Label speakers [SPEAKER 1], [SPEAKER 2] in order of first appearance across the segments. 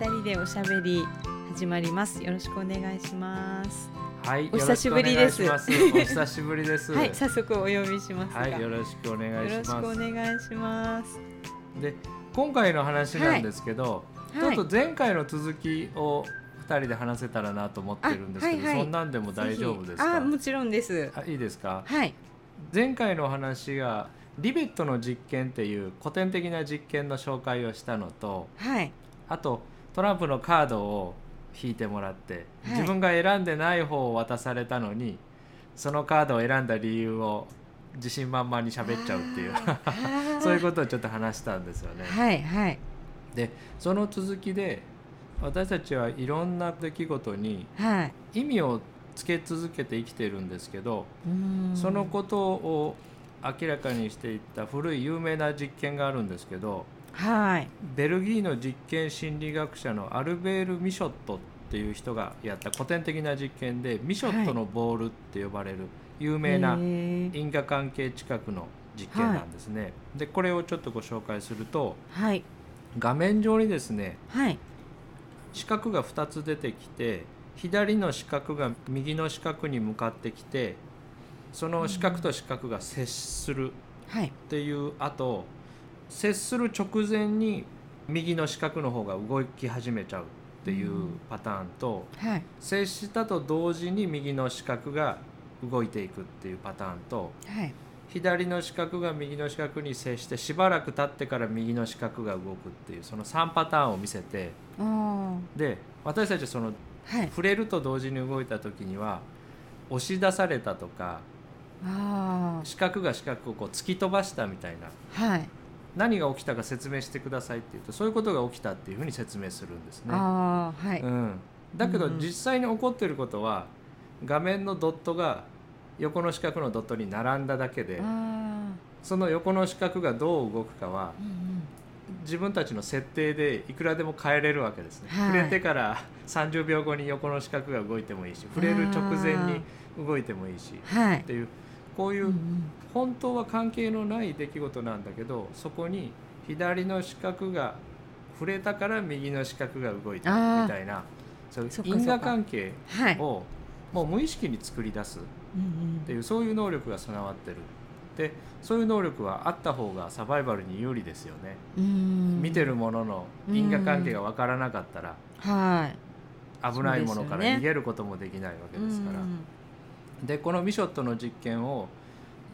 [SPEAKER 1] 人でおしゃべり始まりますよろしくお願いします
[SPEAKER 2] はい、
[SPEAKER 1] お久しぶりです
[SPEAKER 2] よろしくお願いしますお久しぶりです。
[SPEAKER 1] はい早速お読みしますが、
[SPEAKER 2] はい、よ
[SPEAKER 1] よ
[SPEAKER 2] ろしくお願
[SPEAKER 1] ろ
[SPEAKER 2] いし
[SPEAKER 1] しくお
[SPEAKER 2] ます。
[SPEAKER 1] 願いします
[SPEAKER 2] で、今回の話なんですけど、
[SPEAKER 1] はい
[SPEAKER 2] ちょっと前回の続きを二人で話せたらなと思ってるんですけど、
[SPEAKER 1] あはいはい
[SPEAKER 2] そんなんでも大丈夫です
[SPEAKER 1] ぜひあ
[SPEAKER 2] か？
[SPEAKER 1] もちろんです
[SPEAKER 2] あいいですか？
[SPEAKER 1] はい
[SPEAKER 2] 前回の話がリベットの実験っていう古典的な実験の紹介をしたのと、
[SPEAKER 1] はい
[SPEAKER 2] あとトランプのカードを引いてもらって、
[SPEAKER 1] はい
[SPEAKER 2] 自分が選んでない方を渡されたのにそのカードを選んだ理由を自信満々に喋っちゃうっていう そういうこととをちょっと話したんですよね。
[SPEAKER 1] はいはい
[SPEAKER 2] でその続きで私たちはいろんな出来事に
[SPEAKER 1] はい
[SPEAKER 2] 意味をつけ続けて生きてるんですけど、
[SPEAKER 1] うーん
[SPEAKER 2] そのことを明らかにしていった古い有名な実験があるんですけど、
[SPEAKER 1] はい
[SPEAKER 2] ベルギーの実験心理学者のアルベール・ミショットっていう人がやった古典的な実験でミショットのボールって呼ばれる有名
[SPEAKER 1] へ
[SPEAKER 2] な
[SPEAKER 1] ー
[SPEAKER 2] 因果関係近くの実験なんですね。でこれをちょっとご紹介すると
[SPEAKER 1] はい
[SPEAKER 2] 画面上にですね
[SPEAKER 1] はい
[SPEAKER 2] 四角が2つ出てきて左の四角が右の四角に向かってきてその四角と四角が接する
[SPEAKER 1] はい
[SPEAKER 2] っていうあと接する直前に右の四角の方が動き始めちゃうっていうパターンと、
[SPEAKER 1] はい
[SPEAKER 2] 接したと同時に右の四角が動いていくっていうパターンと
[SPEAKER 1] はい
[SPEAKER 2] 左の四角が右の四角に接してしばらく経ってから右の四角が動くっていうその3パターンを見せて
[SPEAKER 1] おー
[SPEAKER 2] で私たちその
[SPEAKER 1] はい
[SPEAKER 2] 触れると同時に動いた時には押し出されたとか
[SPEAKER 1] あ
[SPEAKER 2] 四角が四角をこう突き飛ばしたみたいな
[SPEAKER 1] ーはい
[SPEAKER 2] 何が起きたか説明してくださいって言うとそういうことが起きたっていうふうに説明するんですね。、
[SPEAKER 1] あーはいう
[SPEAKER 2] ん、だけど
[SPEAKER 1] うん
[SPEAKER 2] 実際に起こってることは画面のドットが横の四角のドットに並んだだけで
[SPEAKER 1] あ
[SPEAKER 2] その横の四角がどう動くかは
[SPEAKER 1] ーうん
[SPEAKER 2] 自分たちの設定でいくらでも変えれるわけですね、
[SPEAKER 1] はい
[SPEAKER 2] 触れてから30秒 後に横の四角が動いてもいいし触れる直前に動いてもいいし
[SPEAKER 1] うんはい
[SPEAKER 2] っていうこういううん本当は関係のない出来事なんだけどそこに左の四角が触れたから右の四角が動い
[SPEAKER 1] あー
[SPEAKER 2] たみたいなそういう
[SPEAKER 1] そっかそっか
[SPEAKER 2] 因果関係
[SPEAKER 1] うんはい、
[SPEAKER 2] をもう無意識に作り出すっ
[SPEAKER 1] うん
[SPEAKER 2] ていうそういう能力が備わってるでそういう能力はあった方がサバイバルに有利ですよね、
[SPEAKER 1] うん、
[SPEAKER 2] 見てるものの因果関係が分からなかったら
[SPEAKER 1] はい
[SPEAKER 2] 危ないも
[SPEAKER 1] そうで
[SPEAKER 2] のか
[SPEAKER 1] すよ
[SPEAKER 2] ら
[SPEAKER 1] ね
[SPEAKER 2] 逃げることもできないわけですから
[SPEAKER 1] う。ん
[SPEAKER 2] でこのミショットの実験を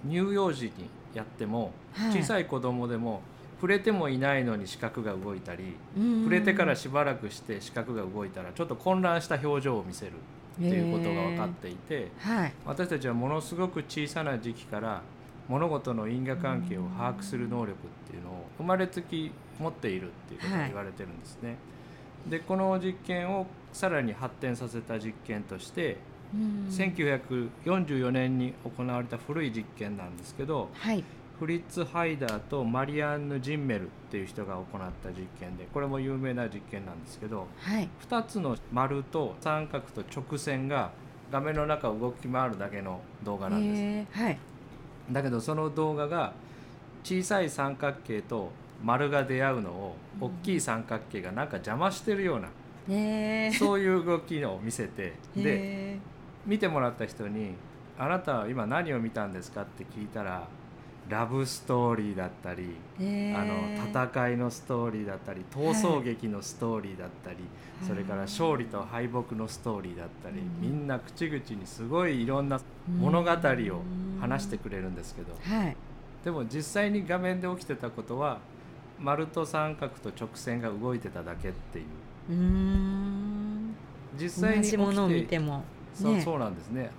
[SPEAKER 2] 乳幼児にやっても
[SPEAKER 1] はい
[SPEAKER 2] 小さい子供でも触れてもいないのに視覚が動いたり
[SPEAKER 1] うん
[SPEAKER 2] 触れてからしばらくして視覚が動いたらちょっと混乱した表情を見せるっていうことが分かっていて
[SPEAKER 1] へーはい
[SPEAKER 2] 私たちはものすごく小さな時期から物事の因果関係を把握する能力っていうのを生まれつき持っているっていうことが言われてるんですね。でこの実験をさらに発展させた実験として
[SPEAKER 1] うん
[SPEAKER 2] 1944年に行われた古い実験なんですけど
[SPEAKER 1] はい
[SPEAKER 2] フリッツ・ハイダーとマリアンヌ・ジンメルっていう人が行った実験でこれも有名な実験なんですけど
[SPEAKER 1] はい
[SPEAKER 2] 2つの丸と三角と直線が画面の中を動き回るだけの動画なんです、
[SPEAKER 1] へーはい
[SPEAKER 2] だけどその動画が小さい三角形と丸が出会うのを大きい三角形がなんか邪魔してるような、
[SPEAKER 1] へー
[SPEAKER 2] そういう動きを見せてで
[SPEAKER 1] へ
[SPEAKER 2] 見てもらった人に「あなたは今何を見たんですか?」って聞いたらラブストーリーだったり、
[SPEAKER 1] ーへー
[SPEAKER 2] あの戦いのストーリーだったり逃走劇のストーリーだったり、それから勝利と敗北のストーリーだったり、
[SPEAKER 1] うん
[SPEAKER 2] みんな口々にすごいいろんな物語を話してくれるんですけど、
[SPEAKER 1] うんはい
[SPEAKER 2] でも実際に画面で起きてたことは丸と三角と直線が動いてただけっていう
[SPEAKER 1] うーん
[SPEAKER 2] 実
[SPEAKER 1] 同
[SPEAKER 2] 際に起き
[SPEAKER 1] じ
[SPEAKER 2] て
[SPEAKER 1] ものを見ても
[SPEAKER 2] そう,、
[SPEAKER 1] ね
[SPEAKER 2] そうなんですね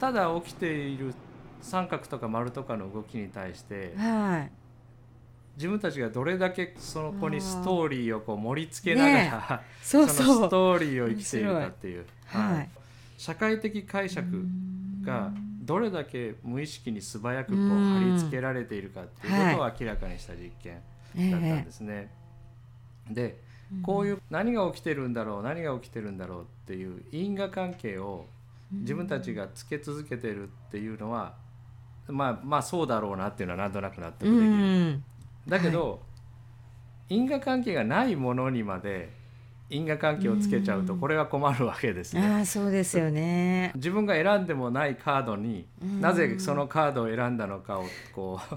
[SPEAKER 2] ただ起きている三角とか丸とかの動きに対して
[SPEAKER 1] はい
[SPEAKER 2] 自分たちがどれだけその子にストーリーをこう盛り付けながら、
[SPEAKER 1] そう
[SPEAKER 2] そ
[SPEAKER 1] そ
[SPEAKER 2] の
[SPEAKER 1] う
[SPEAKER 2] ストーリーを生きているかっていう
[SPEAKER 1] 白いはい
[SPEAKER 2] 社会的解釈
[SPEAKER 1] う
[SPEAKER 2] が
[SPEAKER 1] ん
[SPEAKER 2] どれだけ無意識に素早くこ
[SPEAKER 1] う
[SPEAKER 2] うん貼り付けられているかっていうことを明らかにした実験だったんですね。でこういうう何が起きてるんだろう何が起きてるんだろうっていう因果関係を自分たちがつけ続けてるっていうのは、まあまあそうだろうなっていうのはなんとなく納得で
[SPEAKER 1] う
[SPEAKER 2] きる、
[SPEAKER 1] ん
[SPEAKER 2] だけど、因果関係がないものにまで因果関係をつけちゃうと
[SPEAKER 1] うん
[SPEAKER 2] これが困るわけですね。
[SPEAKER 1] ああそうですよね。
[SPEAKER 2] 自分が選んでもないカードに
[SPEAKER 1] うん
[SPEAKER 2] なぜそのカードを選んだのかをこう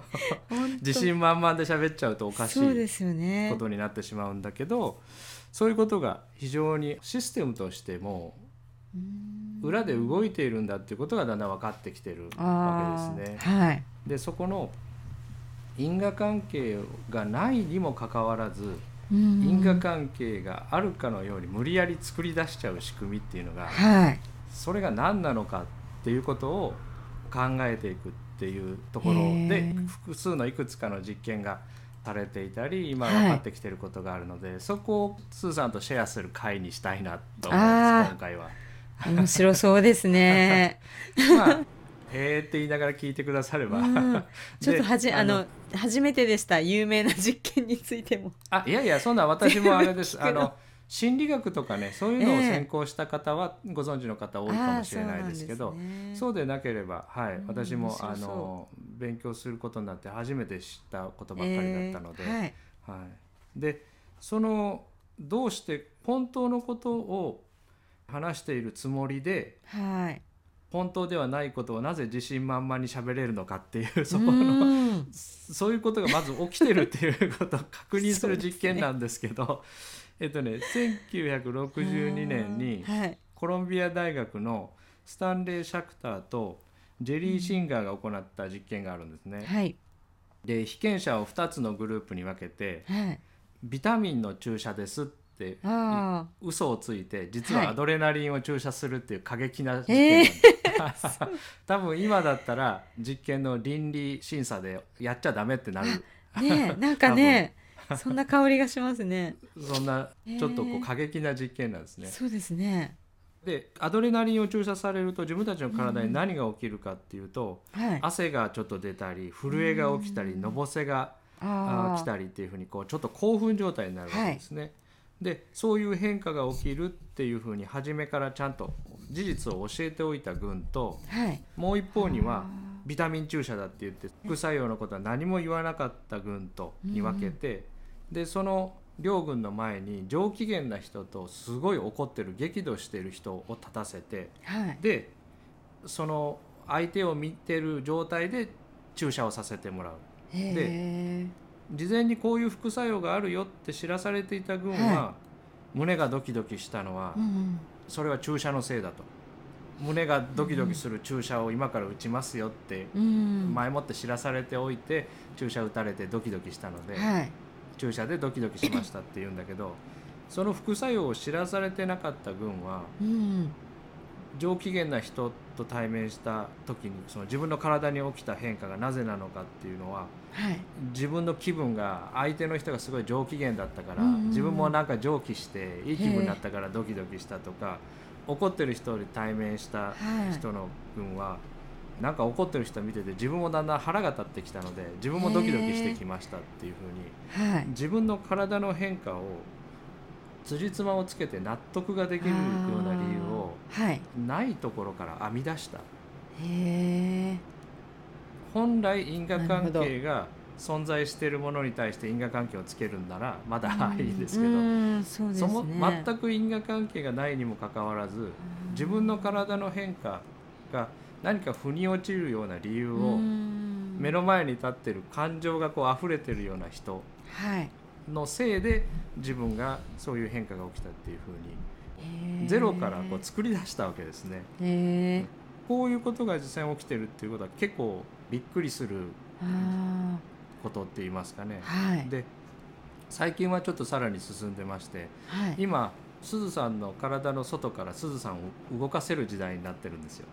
[SPEAKER 1] 本当
[SPEAKER 2] 自信満々で喋っちゃうとおかし
[SPEAKER 1] そうで
[SPEAKER 2] い
[SPEAKER 1] すよね
[SPEAKER 2] こ。とになってしまうんだけどそういうことが非常にシステムとしても
[SPEAKER 1] うん
[SPEAKER 2] 裏で動いているんだっていうことがだんだん分かってきてるわ
[SPEAKER 1] あ
[SPEAKER 2] け
[SPEAKER 1] ー
[SPEAKER 2] ですね。
[SPEAKER 1] はい。
[SPEAKER 2] でそこの因果関係がないにもかかわらず因
[SPEAKER 1] 因
[SPEAKER 2] 果関係があるかのように無理やり作り出しちゃう仕組みっていうのが
[SPEAKER 1] はい。
[SPEAKER 2] それが何なのかっていうことを考えていくっていうところ
[SPEAKER 1] へ
[SPEAKER 2] で
[SPEAKER 1] ー
[SPEAKER 2] 複数のいくつかの実験がされていたり今
[SPEAKER 1] はい
[SPEAKER 2] 分かってきてることがあるので、そこをスーさんとシェアする会にしたいなと思い
[SPEAKER 1] あ
[SPEAKER 2] ま
[SPEAKER 1] ー
[SPEAKER 2] す今回は。
[SPEAKER 1] 面白そうです ね。
[SPEAKER 2] まあ、へーって言いながら聞いてくだされば、
[SPEAKER 1] うんちょっとはじ
[SPEAKER 2] で
[SPEAKER 1] あの初めてでした有名な実験についても。
[SPEAKER 2] あいやいやそんな私もあれです
[SPEAKER 1] 全部聞
[SPEAKER 2] あ
[SPEAKER 1] くの
[SPEAKER 2] の心理学とかねそういうのを
[SPEAKER 1] ええ
[SPEAKER 2] 専攻した方はご存知の方多いかもしれないですけど、
[SPEAKER 1] あーそうなんですね
[SPEAKER 2] そうでなければ、はい
[SPEAKER 1] うん
[SPEAKER 2] 私も
[SPEAKER 1] 面白
[SPEAKER 2] あ
[SPEAKER 1] そう
[SPEAKER 2] の勉強することになって初めて知ったことばっかりだったので、
[SPEAKER 1] えーはい
[SPEAKER 2] はいでそのどうして本当のことを話しているつもりで
[SPEAKER 1] はい。
[SPEAKER 2] 本当ではないことをなぜ自信満々に喋れるのかっていうそ
[SPEAKER 1] う
[SPEAKER 2] この
[SPEAKER 1] ん
[SPEAKER 2] そういうことがまず起きてるっていうことを確認する実
[SPEAKER 1] そうで
[SPEAKER 2] 験
[SPEAKER 1] すね
[SPEAKER 2] なんですけど、えっとね1962年に
[SPEAKER 1] はい
[SPEAKER 2] コロンビア大学のスタンレー・シャクターとジェリー・シンガーが行った実験があるんですね。
[SPEAKER 1] はい
[SPEAKER 2] で被験者を2つのグループに分けて
[SPEAKER 1] はい。
[SPEAKER 2] ビタミンの注射ですって
[SPEAKER 1] あ
[SPEAKER 2] 嘘をついて実はアドレナリンを注射するっていう過激な実
[SPEAKER 1] え
[SPEAKER 2] 験
[SPEAKER 1] え
[SPEAKER 2] なんです、 多分今だったら実験の倫理審査でやっちゃダメってなる
[SPEAKER 1] あねえなんか ねそんな香りがしますね。
[SPEAKER 2] そんな
[SPEAKER 1] えー
[SPEAKER 2] ちょっとこう過激な実験なんですね。
[SPEAKER 1] そうですね。
[SPEAKER 2] でアドレナリンを注射されると自分たちの体に何が起きるかっていうと、
[SPEAKER 1] はい。
[SPEAKER 2] 汗がちょっと出たり震えが起きたりのぼせがあ
[SPEAKER 1] ー
[SPEAKER 2] ー来たりっていうふうにこうちょっと興奮状態になるわけですね。でそういう変化が起きるっていうふうに初めからちゃんと事実を教えておいた軍と
[SPEAKER 1] はい。
[SPEAKER 2] もう一方には
[SPEAKER 1] あ
[SPEAKER 2] ビタミン注射だって言って副作用のことは何も言わなかった軍とに分けて、でその両軍の前に上機嫌な人とすごい怒ってる激怒してる人を立たせて
[SPEAKER 1] ーはい。
[SPEAKER 2] でその相手を見てる状態で注射をさせてもらう
[SPEAKER 1] へ
[SPEAKER 2] 事前にこういう副作用があるよって知らされていた軍は、
[SPEAKER 1] は
[SPEAKER 2] 胸がドキドキしたのは
[SPEAKER 1] ーうん
[SPEAKER 2] それは注射のせいだと胸がドキドキする注射を今から打ちますよって
[SPEAKER 1] うん。
[SPEAKER 2] 前もって知らされておいて注射打たれてドキドキしたので、
[SPEAKER 1] はい。
[SPEAKER 2] 注射でドキドキしましたって言うんだけどその副作用を知らされてなかった軍は
[SPEAKER 1] うん。
[SPEAKER 2] 上機嫌な人と対面した時にその自分の体に起きた変化がなぜなのかっていうのは
[SPEAKER 1] はい。
[SPEAKER 2] 自分の気分が相手の人がすごい上機嫌だったから、
[SPEAKER 1] うんうんうん
[SPEAKER 2] 自分もなんか上気していい気分だったからドキドキしたとか怒ってる人に対面し
[SPEAKER 1] は
[SPEAKER 2] た
[SPEAKER 1] い。
[SPEAKER 2] 人の分は、なんか怒ってる人見てて自分もだんだん腹が立ってきたので自分もドキドキしてきましたっていう風に
[SPEAKER 1] はい。
[SPEAKER 2] 自分の体の変化を辻褄をつけて納得ができるような理由を
[SPEAKER 1] あーはい
[SPEAKER 2] ないところから編み出した
[SPEAKER 1] へえ
[SPEAKER 2] 本来因果関係が存在しているものに対して因果関係をつけるんならまだいいですけど、
[SPEAKER 1] うんそうです
[SPEAKER 2] そ
[SPEAKER 1] ね
[SPEAKER 2] の全く因果関係がないにもかかわらず自分の体の変化が何か腑に落ちるような理由を目
[SPEAKER 1] 目
[SPEAKER 2] の前に立ってる感情がこう溢れてるような人
[SPEAKER 1] はいへ
[SPEAKER 2] のせいで自分がそういう変化が起きたっていうふう
[SPEAKER 1] ー
[SPEAKER 2] にゼロからこう作り出したわけですね。
[SPEAKER 1] へえ
[SPEAKER 2] こういうことが実際に起きてるっていうことは結構びっくりする
[SPEAKER 1] あ
[SPEAKER 2] ことって言いますかね
[SPEAKER 1] ー。はい
[SPEAKER 2] で最近はちょっとさらに進んでまして
[SPEAKER 1] はい
[SPEAKER 2] 今すずさんの体の外からすずさんを動かせる時代になってるんですよ。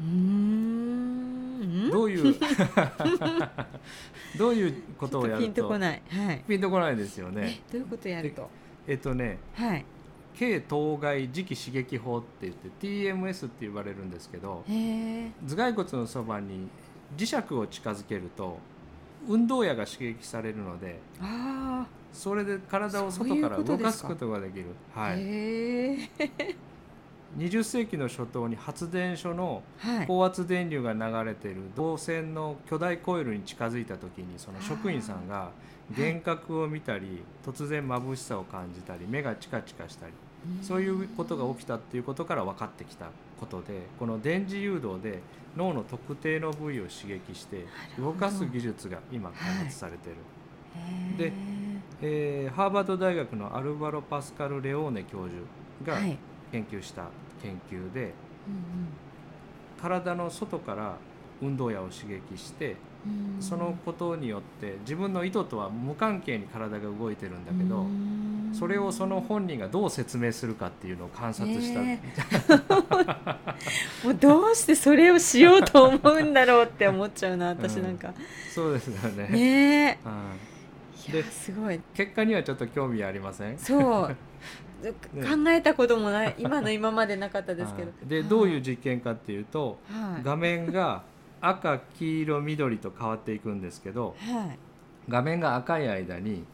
[SPEAKER 1] うーん
[SPEAKER 2] どういう どういうことを
[SPEAKER 1] ちょ
[SPEAKER 2] や
[SPEAKER 1] っピ
[SPEAKER 2] る
[SPEAKER 1] ンとことないはい
[SPEAKER 2] ピンとこないですよね。
[SPEAKER 1] どういうことやると
[SPEAKER 2] えっとね
[SPEAKER 1] はい
[SPEAKER 2] 軽当該磁気刺激法って言って TMS って呼ばれるんですけど
[SPEAKER 1] へえ
[SPEAKER 2] 頭蓋骨のそばに磁石を近づけると運動野が刺激されるので
[SPEAKER 1] あ
[SPEAKER 2] それで体を
[SPEAKER 1] そう
[SPEAKER 2] 外
[SPEAKER 1] いう
[SPEAKER 2] から
[SPEAKER 1] こと
[SPEAKER 2] 動
[SPEAKER 1] で
[SPEAKER 2] か
[SPEAKER 1] す
[SPEAKER 2] す
[SPEAKER 1] か
[SPEAKER 2] ことができる。
[SPEAKER 1] あ
[SPEAKER 2] はい
[SPEAKER 1] へえ
[SPEAKER 2] 20世紀の初頭に発電所の
[SPEAKER 1] はい
[SPEAKER 2] 高圧電流が流れている導線の巨大コイルに近づいた時にその職員さんが幻覚を見たり突然眩しさを感じたり目がチカチカしたりそういうことが起きたっていうことから分かってきたことでこの電磁誘導で脳の特定の部位を刺激して
[SPEAKER 1] なるほ
[SPEAKER 2] 動
[SPEAKER 1] ど
[SPEAKER 2] かす技術が今開発されてる、で
[SPEAKER 1] へ
[SPEAKER 2] えーハーバード大学のアルバロ・パスカル・レオーネ教授
[SPEAKER 1] ー
[SPEAKER 2] が
[SPEAKER 1] はい
[SPEAKER 2] 研究した研究で、
[SPEAKER 1] うん
[SPEAKER 2] 体の外から運動野を刺激して
[SPEAKER 1] うんうん
[SPEAKER 2] そのことによって自分の意図とは無関係に体が動いてるんだけ
[SPEAKER 1] う
[SPEAKER 2] ど
[SPEAKER 1] ん
[SPEAKER 2] それをその本人がどう説明するかっていうのを観察した、
[SPEAKER 1] ね もうどうしてそれをしようと思うんだろうって思っちゃうな私なんか、
[SPEAKER 2] そうですよ
[SPEAKER 1] ね
[SPEAKER 2] ねうん
[SPEAKER 1] えいや
[SPEAKER 2] です
[SPEAKER 1] ごい
[SPEAKER 2] 結果にはちょっと興味ありません
[SPEAKER 1] そう ず 考えたこともない今の今までなかったですけど
[SPEAKER 2] はいでどういう実験かっていうと
[SPEAKER 1] はい
[SPEAKER 2] 画面が赤黄色緑と変わっていくんですけど
[SPEAKER 1] はい
[SPEAKER 2] 画面が赤い間に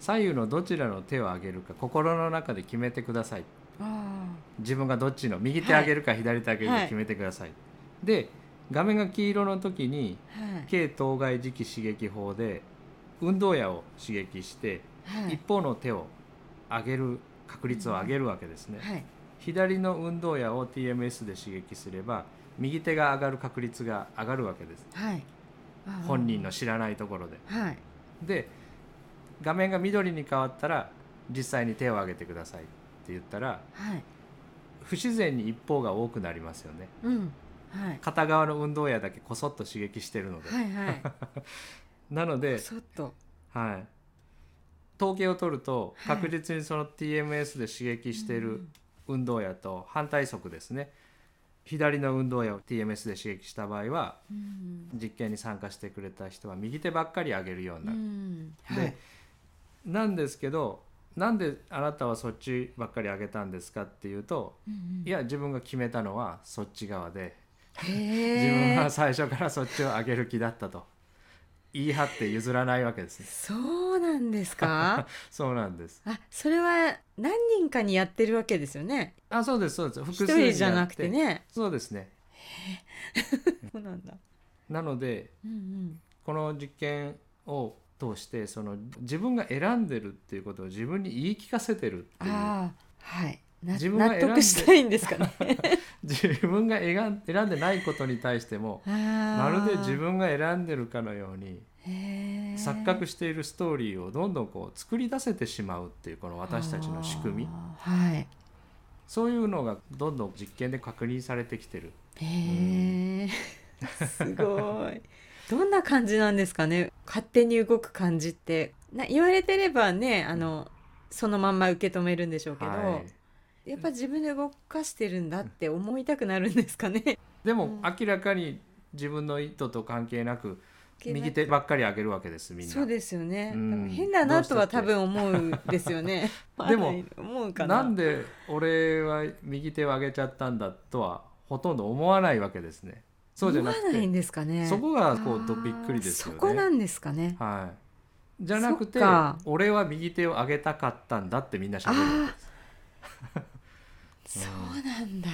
[SPEAKER 2] 左右のどちらの手を上げるか心の中で決めてください
[SPEAKER 1] あ
[SPEAKER 2] 自分がどっちの右手上げるか左手上げるか決めてください、で画面が黄色の時に
[SPEAKER 1] あはい
[SPEAKER 2] 軽当該磁気刺激法で運動野を刺激して
[SPEAKER 1] はい
[SPEAKER 2] 一方の手を上げる確率を上げるわけですね、
[SPEAKER 1] はい
[SPEAKER 2] 左の運動野を TMS で刺激すれば右手が上がる確率が上がるわけです
[SPEAKER 1] はいあー
[SPEAKER 2] 本人の知らないところで
[SPEAKER 1] はい
[SPEAKER 2] で画面が緑に変わったら実際に手を上げてくださいって言ったら
[SPEAKER 1] はい
[SPEAKER 2] 不自然に一方が多くなりますよね
[SPEAKER 1] うんはい
[SPEAKER 2] 片側の運動やだけこそっと刺激してるので、
[SPEAKER 1] はいはい
[SPEAKER 2] なので、
[SPEAKER 1] そっと
[SPEAKER 2] はい、統計を取ると
[SPEAKER 1] はい
[SPEAKER 2] 確実にその TMS で刺激している運動やと反対側ですね左の運動やを TMS で刺激した場合は
[SPEAKER 1] うん
[SPEAKER 2] 実験に参加してくれた人は右手ばっかり上げるように
[SPEAKER 1] う
[SPEAKER 2] なる、
[SPEAKER 1] ん
[SPEAKER 2] で、
[SPEAKER 1] はい
[SPEAKER 2] なんですけどなんであなたはそっちばっかり上げたんですかっていうと
[SPEAKER 1] うんうん
[SPEAKER 2] いや自分が決めたのはそっち側で
[SPEAKER 1] へ
[SPEAKER 2] 自分
[SPEAKER 1] え
[SPEAKER 2] は最初からそっちを上げる気だったと言い張って譲らないわけですね
[SPEAKER 1] そうなんです か
[SPEAKER 2] そうなんです
[SPEAKER 1] あそれは何人かにやってるわけですよね
[SPEAKER 2] あそうですそうです複
[SPEAKER 1] 一
[SPEAKER 2] 数にやっ
[SPEAKER 1] 人じゃなくてね
[SPEAKER 2] そうですね
[SPEAKER 1] そうなんだ
[SPEAKER 2] なので
[SPEAKER 1] うんうん
[SPEAKER 2] この実験を通してその自分が選んでるっていうことを自分に言い聞かせてるっていう
[SPEAKER 1] ああはいな
[SPEAKER 2] 自分は
[SPEAKER 1] 納
[SPEAKER 2] 選んで
[SPEAKER 1] 得したいんですかね
[SPEAKER 2] 自分が選ん選んでないことに対してもま
[SPEAKER 1] ま
[SPEAKER 2] るで自分が選んでるかのように錯覚
[SPEAKER 1] し
[SPEAKER 2] しているストーリーをどんどんこう作り出せてしまうっていうこの私たちの仕組み
[SPEAKER 1] はい
[SPEAKER 2] そういうのがどんどん実験で確認されてきてる
[SPEAKER 1] へえすごいどんな感じなんですかね勝手に動く感じってな言われてればねあのそのまんま受け止めるんでしょうけど、
[SPEAKER 2] はい
[SPEAKER 1] やっぱ自分で動かしてるんだって思いたくなるんですかね。
[SPEAKER 2] で
[SPEAKER 1] う
[SPEAKER 2] も
[SPEAKER 1] ん
[SPEAKER 2] 明らかに自分の意図と関係なく右手ばっかり上げるわけですみんな
[SPEAKER 1] そうですよね。
[SPEAKER 2] うん
[SPEAKER 1] 多分変だなとは多分思うんですよね。
[SPEAKER 2] でも
[SPEAKER 1] 思うかな。
[SPEAKER 2] なんで俺は右手を上げちゃったんだとはほとんど思わないわけですねそうじゃなく
[SPEAKER 1] 思わない
[SPEAKER 2] て
[SPEAKER 1] んですかね。
[SPEAKER 2] そこがこ
[SPEAKER 1] あ
[SPEAKER 2] う
[SPEAKER 1] ー
[SPEAKER 2] どびっくりですよね
[SPEAKER 1] そこなんですかね。
[SPEAKER 2] はいじゃなく
[SPEAKER 1] そ
[SPEAKER 2] て
[SPEAKER 1] っか
[SPEAKER 2] 俺は右手を上げたかったんだってみんなしゃべるわけです
[SPEAKER 1] そうなんだ。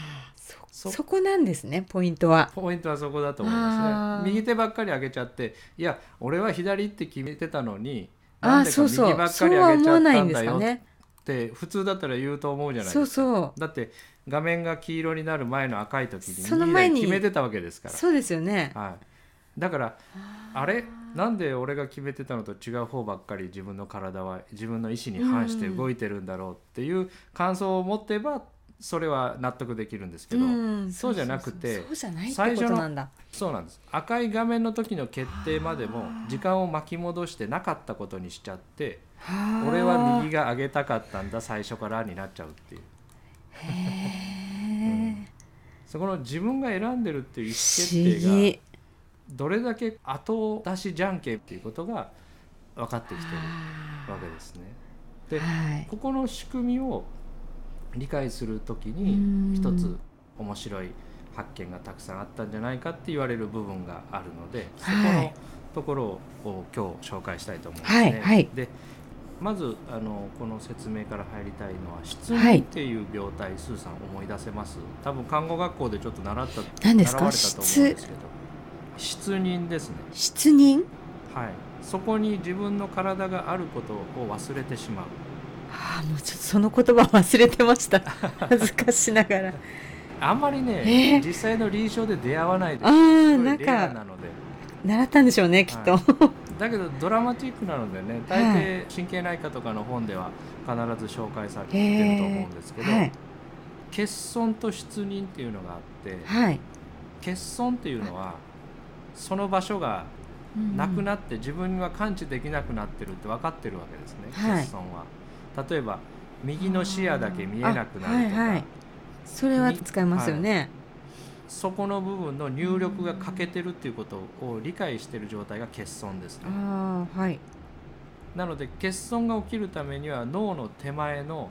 [SPEAKER 1] そ
[SPEAKER 2] そ
[SPEAKER 1] そこなんですねポイントは。
[SPEAKER 2] ポイントはそこだと思います
[SPEAKER 1] あー
[SPEAKER 2] ね右手ばっかり上げちゃっていや俺は左って決めてたのに
[SPEAKER 1] あ
[SPEAKER 2] な
[SPEAKER 1] あ
[SPEAKER 2] んでか
[SPEAKER 1] そう
[SPEAKER 2] 右
[SPEAKER 1] そ
[SPEAKER 2] ば
[SPEAKER 1] う
[SPEAKER 2] っか
[SPEAKER 1] そう
[SPEAKER 2] り
[SPEAKER 1] は
[SPEAKER 2] 上げち
[SPEAKER 1] 思
[SPEAKER 2] ゃ
[SPEAKER 1] わ
[SPEAKER 2] っ
[SPEAKER 1] ない
[SPEAKER 2] た
[SPEAKER 1] ん
[SPEAKER 2] ん
[SPEAKER 1] です
[SPEAKER 2] だ
[SPEAKER 1] か
[SPEAKER 2] よっ
[SPEAKER 1] ね。
[SPEAKER 2] て普通だったら言うと思うじゃないです
[SPEAKER 1] そ
[SPEAKER 2] か
[SPEAKER 1] うそう
[SPEAKER 2] だって画面が黄色になる前の赤い時に
[SPEAKER 1] その前に
[SPEAKER 2] 右手決めてたわけですから
[SPEAKER 1] そうですよね。
[SPEAKER 2] はい、だからあれなんで俺が決めてたのと違う方ばっかり自分の体は自分の意思に反して動いてるんだろうっていう感想を持ってばそれは納得できるんですけど、
[SPEAKER 1] うん
[SPEAKER 2] そうじゃなくて
[SPEAKER 1] そうそうそうそうじゃないってことなんだ。
[SPEAKER 2] そうなんです赤い画面の時の決定までも時間を巻き戻してなかったことにしちゃって
[SPEAKER 1] はあ
[SPEAKER 2] 俺は右が上げたかったんだ最初からになっちゃうっていう
[SPEAKER 1] へえ
[SPEAKER 2] そこの自分が選んでるっていう意思決
[SPEAKER 1] 不
[SPEAKER 2] 定
[SPEAKER 1] 思
[SPEAKER 2] が
[SPEAKER 1] 議。
[SPEAKER 2] どれだけ後出しじゃんけんっていうことが分かってきてるわけですね。で
[SPEAKER 1] はい。
[SPEAKER 2] ここの仕組みを理解するとき
[SPEAKER 1] うん
[SPEAKER 2] に一つ面白い発見がたくさんあったんじゃないかって言われる部分があるのでそこ
[SPEAKER 1] は
[SPEAKER 2] の
[SPEAKER 1] い
[SPEAKER 2] ところを今日紹介したいと思うんです
[SPEAKER 1] は
[SPEAKER 2] ね。
[SPEAKER 1] いはい
[SPEAKER 2] でまずあのこの説明から入りたいのは失
[SPEAKER 1] は
[SPEAKER 2] 眠
[SPEAKER 1] い
[SPEAKER 2] っていう病態、スーさん思い出せます多分看護学校でちょっと習った
[SPEAKER 1] 何ですか
[SPEAKER 2] 習われたと思うんですけど失認ですね
[SPEAKER 1] 失認
[SPEAKER 2] はいそこに自分の体があることを忘れてしまう
[SPEAKER 1] ああもうちょっとその言葉忘れてました恥ずかしなが ら
[SPEAKER 2] あんまりね、
[SPEAKER 1] えー
[SPEAKER 2] 実際の臨床で出会わないで
[SPEAKER 1] ああ
[SPEAKER 2] すご
[SPEAKER 1] ないん
[SPEAKER 2] レアな
[SPEAKER 1] か
[SPEAKER 2] ので
[SPEAKER 1] 習ったんでしょうねきっと、
[SPEAKER 2] はだけどドラマチックなのでね大抵神経内科とかの本では必ず紹介されてると思うんですけど、
[SPEAKER 1] はい
[SPEAKER 2] 欠損と失認っていうのがあって
[SPEAKER 1] はい
[SPEAKER 2] 欠損っていうのはその場所がなくなって自分が感知できなくなってるって分かってるわけですね、
[SPEAKER 1] はい
[SPEAKER 2] 欠損は。例えば右の視野だけ見えなくなるとか、
[SPEAKER 1] あはいはいそれは使いますよね、
[SPEAKER 2] そこの部分の入力が欠けてるっていうことを理解してる状態が欠損ですね。
[SPEAKER 1] ああはい
[SPEAKER 2] なので欠損が起きるためには脳の手前の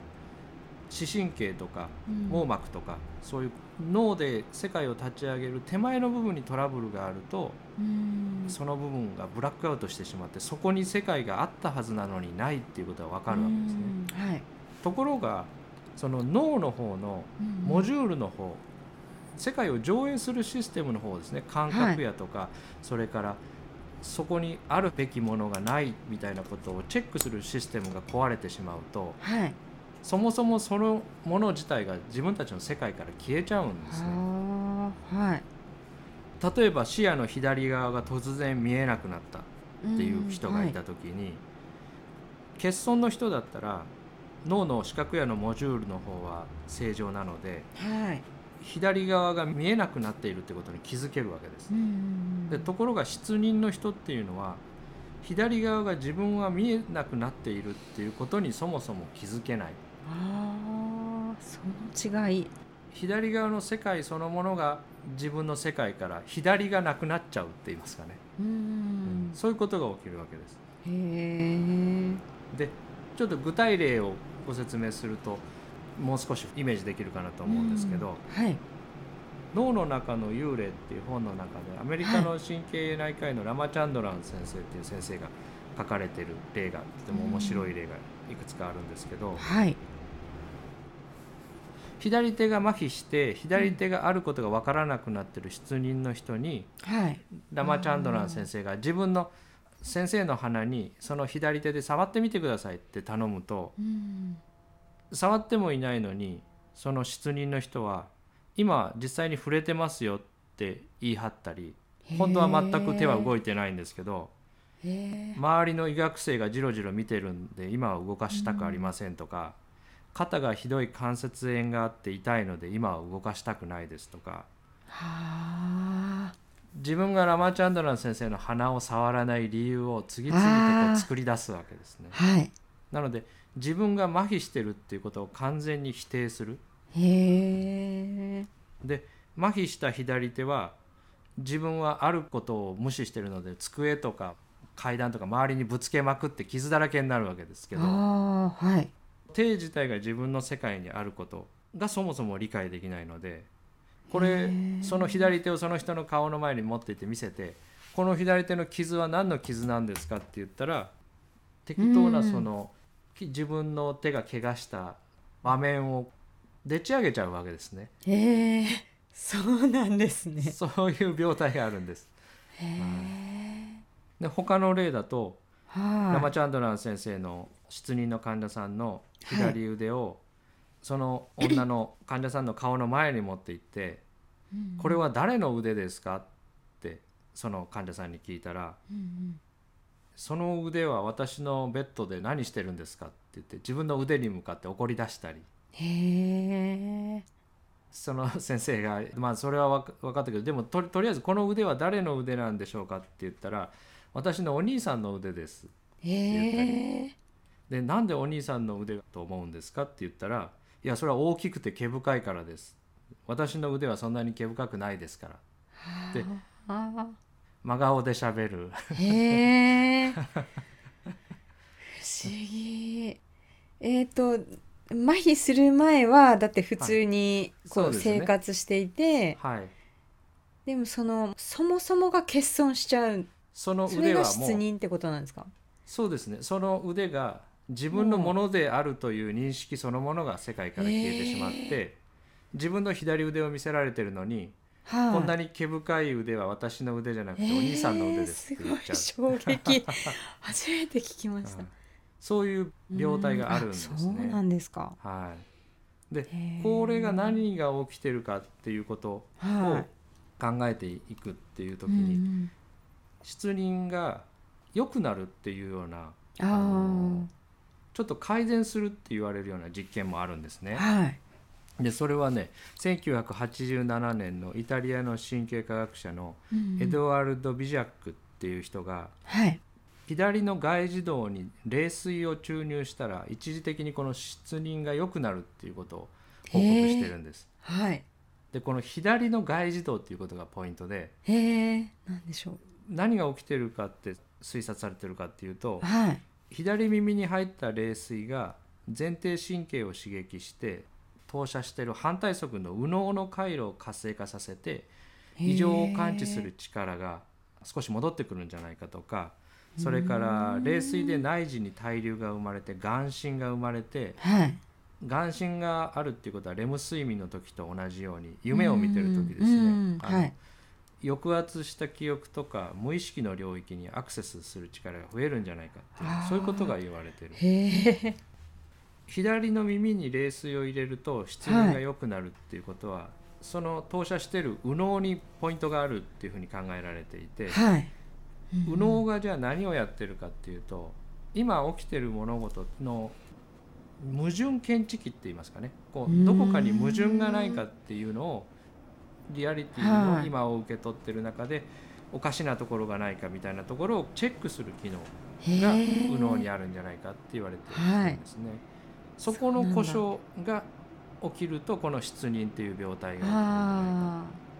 [SPEAKER 2] 視神経とか網膜とか、そういう脳で世界を立ち上げる手前の部分にトラブルがあると、
[SPEAKER 1] うん
[SPEAKER 2] その部分がブラックアウトしてしまってそこに世界があったはずなのにないっていうことが分かるわけですね。
[SPEAKER 1] うんはい
[SPEAKER 2] ところがその脳の方のモジュールの方、世界を上映するシステムの方ですね感覚やとか、それからそこにあるべきものがないみたいなことをチェックするシステムが壊れてしまうと
[SPEAKER 1] はい
[SPEAKER 2] そもそもそのもの自体が自分たちの世界から消えちゃうんですね。
[SPEAKER 1] ああはい
[SPEAKER 2] 例えば視野の左側が突然見えなくなったっていう人がいた時に、欠損の人だったら脳の視覚野のモジュールの方は正常なので
[SPEAKER 1] うんはい、はい
[SPEAKER 2] 左側が見えなくなっているってことに気づけるわけです
[SPEAKER 1] う。ん
[SPEAKER 2] でところが失認の人っていうのは左側が自分は見えなくなっているっていうことにそもそも気づけない
[SPEAKER 1] ああその違い
[SPEAKER 2] 左側の世界そのものが自分の世界から左がなくなっちゃうって言いますかね、
[SPEAKER 1] うん
[SPEAKER 2] そういうことが起きるわけです。
[SPEAKER 1] へえ
[SPEAKER 2] でちょっと具体例をご説明するともう少しイメージできるかなと思うんですけど「
[SPEAKER 1] はい
[SPEAKER 2] 脳の中の幽霊」っていう本の中でアメリカの神経内科医のラマチャンドラン先生っていう先生が書かれてる例がとても面白い例がいくつかあるんですけど
[SPEAKER 1] はい
[SPEAKER 2] 左手が麻痺して左手があることが分からなくなってる失認の人に
[SPEAKER 1] はい
[SPEAKER 2] ラマチャンドラン先生が自分の先生の鼻にその左手で触ってみてくださいって頼むと、
[SPEAKER 1] うん
[SPEAKER 2] 触ってもいないのにその失認の人は今実際に触れてますよって言い張ったり本当は全く手は動
[SPEAKER 1] い
[SPEAKER 2] いてないんですけど
[SPEAKER 1] てへ
[SPEAKER 2] 周りの医学生がじろじろ見てるんで今は動かしたくありませんとか肩がひどい関節炎があって痛いので今は動かしたくないですとか
[SPEAKER 1] はあ
[SPEAKER 2] 自分がラマチャンドラン先生の鼻を触らない理由を次々とこう作り出すわけですね。
[SPEAKER 1] はい
[SPEAKER 2] なので自分が麻痺してるっていうことを完全に否定する
[SPEAKER 1] へえ
[SPEAKER 2] で麻痺した左手は自分はあることを無視してるので机とか階段とか周りにぶつけまくって傷だらけになるわけですけど
[SPEAKER 1] ああはい
[SPEAKER 2] 手自体が自分の世界にあることがそもそも理解できないのでこ
[SPEAKER 1] へ
[SPEAKER 2] れ
[SPEAKER 1] ー
[SPEAKER 2] その左手をその人の顔の前に持っていって見せて「この左手の傷は何の傷なんですか?」って言ったら適当
[SPEAKER 1] う
[SPEAKER 2] なんそのき自分の手が怪我した場面をでち上げちゃうわけですね。
[SPEAKER 1] へえそうなんですね
[SPEAKER 2] そういう病態があるんです。
[SPEAKER 1] へえ
[SPEAKER 2] で他の例だと、ラマ
[SPEAKER 1] は
[SPEAKER 2] チャンドラン先生の失認の患者さんの左腕を、その女の患者さんの顔の前に持って行って
[SPEAKER 1] い
[SPEAKER 2] 「これは誰の腕ですか?」ってその患者さんに聞いたら
[SPEAKER 1] うん
[SPEAKER 2] 「その腕は私のベッドで何してるんですか?」って言って自分の腕に向かって怒り出したり
[SPEAKER 1] うんへえ
[SPEAKER 2] その先生が「まあそれはわか分かったけどでもととりあえずこの腕は誰の腕なんでしょうか?」って言ったら「私のお兄さんの腕です」
[SPEAKER 1] へえ
[SPEAKER 2] でなんでお兄さんの腕だと思うんですかって言ったらいやそれは大きくて毛深いからです私の腕はそんなに毛深くないですからで
[SPEAKER 1] あ
[SPEAKER 2] 真顔で喋る
[SPEAKER 1] あへ え不思議えっ、と麻痺する前はだって普通に
[SPEAKER 2] はい
[SPEAKER 1] こ
[SPEAKER 2] そう
[SPEAKER 1] う
[SPEAKER 2] ですね
[SPEAKER 1] 生活していて、
[SPEAKER 2] はい
[SPEAKER 1] でもそのそもそもが欠損しちゃう
[SPEAKER 2] その
[SPEAKER 1] それ
[SPEAKER 2] 腕
[SPEAKER 1] が
[SPEAKER 2] はも
[SPEAKER 1] 失
[SPEAKER 2] う
[SPEAKER 1] 認ってことなんですか
[SPEAKER 2] そうですねその腕が自分のものであるという認識そのものが世界から消えてしまって、自分の左腕を見せられてるのに、
[SPEAKER 1] はい
[SPEAKER 2] こんなに毛深い腕は私の腕じゃなくて、お兄さんの腕ですって言っちゃう、
[SPEAKER 1] えーすごい衝撃初めて聞きました
[SPEAKER 2] うんそういう病態があるんですね。
[SPEAKER 1] うんあそうなんですか
[SPEAKER 2] はい、でこれが何が起きてるかっていうことを
[SPEAKER 1] は
[SPEAKER 2] 考えていくっていう
[SPEAKER 1] い
[SPEAKER 2] 時に、失輪が良くなるっていうような
[SPEAKER 1] あ
[SPEAKER 2] あ
[SPEAKER 1] あ
[SPEAKER 2] のちょっと改善するって言われるような実験もあるんですね。
[SPEAKER 1] はい
[SPEAKER 2] でそれはね1987年のイタリアの神経科学者の
[SPEAKER 1] うん
[SPEAKER 2] エドワルド・ビジャックっていう人が
[SPEAKER 1] はい
[SPEAKER 2] 左の外耳道に冷水を注入したら一時的にこの失輪が良くなるっていうことを報告してるんです。
[SPEAKER 1] はい
[SPEAKER 2] でこの左の外耳道っていうことがポイントで
[SPEAKER 1] へえなんでしょ
[SPEAKER 2] 何が起きてるかって推察されてるかっていうと
[SPEAKER 1] うはい
[SPEAKER 2] 左耳に入った冷水が前庭神経を刺激して投射してる反対側の右脳の回路を活性化させて異常を感知する力が少し戻ってくるんじゃないかとかそれから冷水で内耳に対流が生まれて眼神が生まれて
[SPEAKER 1] はい
[SPEAKER 2] 眼神があるっていうことはレム睡眠の時と同じように夢を見てる時で
[SPEAKER 1] う
[SPEAKER 2] す
[SPEAKER 1] んうんう
[SPEAKER 2] ね
[SPEAKER 1] ん。
[SPEAKER 2] あの
[SPEAKER 1] はい
[SPEAKER 2] 抑圧した記憶とか無意識の領域にアクセスする力が増えるんじゃないかっていう
[SPEAKER 1] あー
[SPEAKER 2] そういうことが言われてる
[SPEAKER 1] へえ
[SPEAKER 2] 左の耳に冷水を入れると失眠が良くなるっていうことは、その投射してる右脳にポイントがあるっていうふうに考えられていて、
[SPEAKER 1] はいうん
[SPEAKER 2] 右脳がじゃあ何をやってるかっていうと今起きてる物事の矛盾検知器って言いますかねこ
[SPEAKER 1] うーん
[SPEAKER 2] うどこかに矛盾がないかっていうのをリアリティ
[SPEAKER 1] は
[SPEAKER 2] の
[SPEAKER 1] い
[SPEAKER 2] 今を受け取ってる中でおかしなところがないかみたいなところをチェックする機能
[SPEAKER 1] へ
[SPEAKER 2] が
[SPEAKER 1] え
[SPEAKER 2] 右脳にあるんじゃないかって言われてるんですね。そこの故障が起きるとこの失認っていう病態が起きるんじゃないか
[SPEAKER 1] あ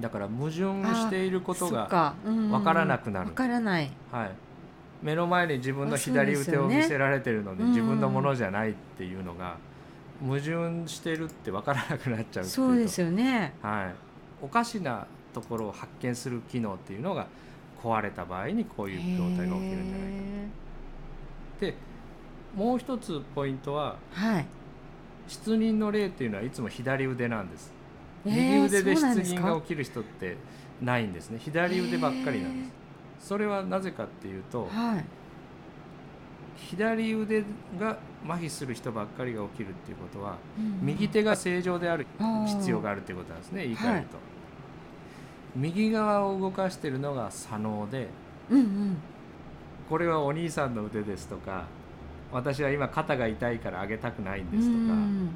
[SPEAKER 2] だから矛盾している
[SPEAKER 1] あ
[SPEAKER 2] こ
[SPEAKER 1] そ
[SPEAKER 2] と
[SPEAKER 1] っ
[SPEAKER 2] が、
[SPEAKER 1] かうんうん
[SPEAKER 2] わからなくなる
[SPEAKER 1] わからない
[SPEAKER 2] はい、目の前に自分の
[SPEAKER 1] あそう
[SPEAKER 2] 左
[SPEAKER 1] です
[SPEAKER 2] 腕
[SPEAKER 1] よ
[SPEAKER 2] を
[SPEAKER 1] ね
[SPEAKER 2] 見せられてるので
[SPEAKER 1] うん
[SPEAKER 2] 自分のものじゃないっていうのが矛盾してるって分からなくなっちゃうっていうと
[SPEAKER 1] そうですよね
[SPEAKER 2] はい、おかしなところを発見する機能っていうのが壊れた場合にこういう状態が起きるんじゃないかでもう一つポイントは
[SPEAKER 1] ないはい
[SPEAKER 2] 失認の例っていうのはいつも左腕なんです
[SPEAKER 1] え
[SPEAKER 2] 右
[SPEAKER 1] ー
[SPEAKER 2] 腕で
[SPEAKER 1] そうなん
[SPEAKER 2] 失
[SPEAKER 1] す
[SPEAKER 2] 認
[SPEAKER 1] か
[SPEAKER 2] が起きる人ってないんですね左腕ばっかりなんですそれはなぜかっていうと
[SPEAKER 1] はい
[SPEAKER 2] 左腕が麻痺する人ばっかりが起きるっていうことは
[SPEAKER 1] うん
[SPEAKER 2] 右手が正常である
[SPEAKER 1] あー
[SPEAKER 2] 必要があるっていうことなんですね言い換えると、右側を動かしてるのが左脳で
[SPEAKER 1] うんうん
[SPEAKER 2] これはお兄さんの腕ですとか私は今肩が痛いから上げたくないん
[SPEAKER 1] う
[SPEAKER 2] ですとか、
[SPEAKER 1] ん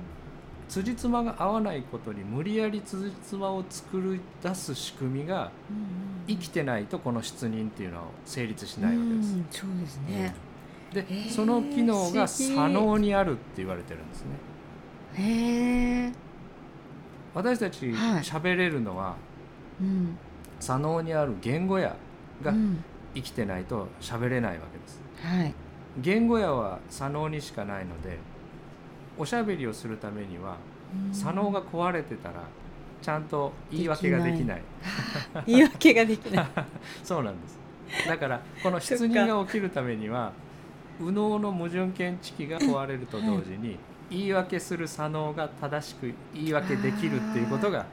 [SPEAKER 2] 辻褄が合わないことに無理やり辻褄を作り出す仕組みが
[SPEAKER 1] うん
[SPEAKER 2] 生きてないとこの失認っていうのは成立しないわけです。
[SPEAKER 1] うんそうですね
[SPEAKER 2] で、
[SPEAKER 1] ー
[SPEAKER 2] その機能が
[SPEAKER 1] 不思議
[SPEAKER 2] 左脳にあるって言われてるんですね。
[SPEAKER 1] へえ
[SPEAKER 2] 私たち
[SPEAKER 1] はい
[SPEAKER 2] 喋れるのは、
[SPEAKER 1] うん
[SPEAKER 2] 左脳にある言語やが
[SPEAKER 1] うん
[SPEAKER 2] 生きてないと喋れないわけです。
[SPEAKER 1] はい
[SPEAKER 2] 言語やは左脳にしかないので、おしゃべりをするためには
[SPEAKER 1] うん
[SPEAKER 2] 左脳が壊れてたらちゃんと言い訳ができ
[SPEAKER 1] でき
[SPEAKER 2] ない。
[SPEAKER 1] 言い訳ができ ない
[SPEAKER 2] そうなんです。だからこの失認が起きるためには右脳の矛盾検知器が壊れると同時に言い訳する左脳が正しく言い訳できるっていうことが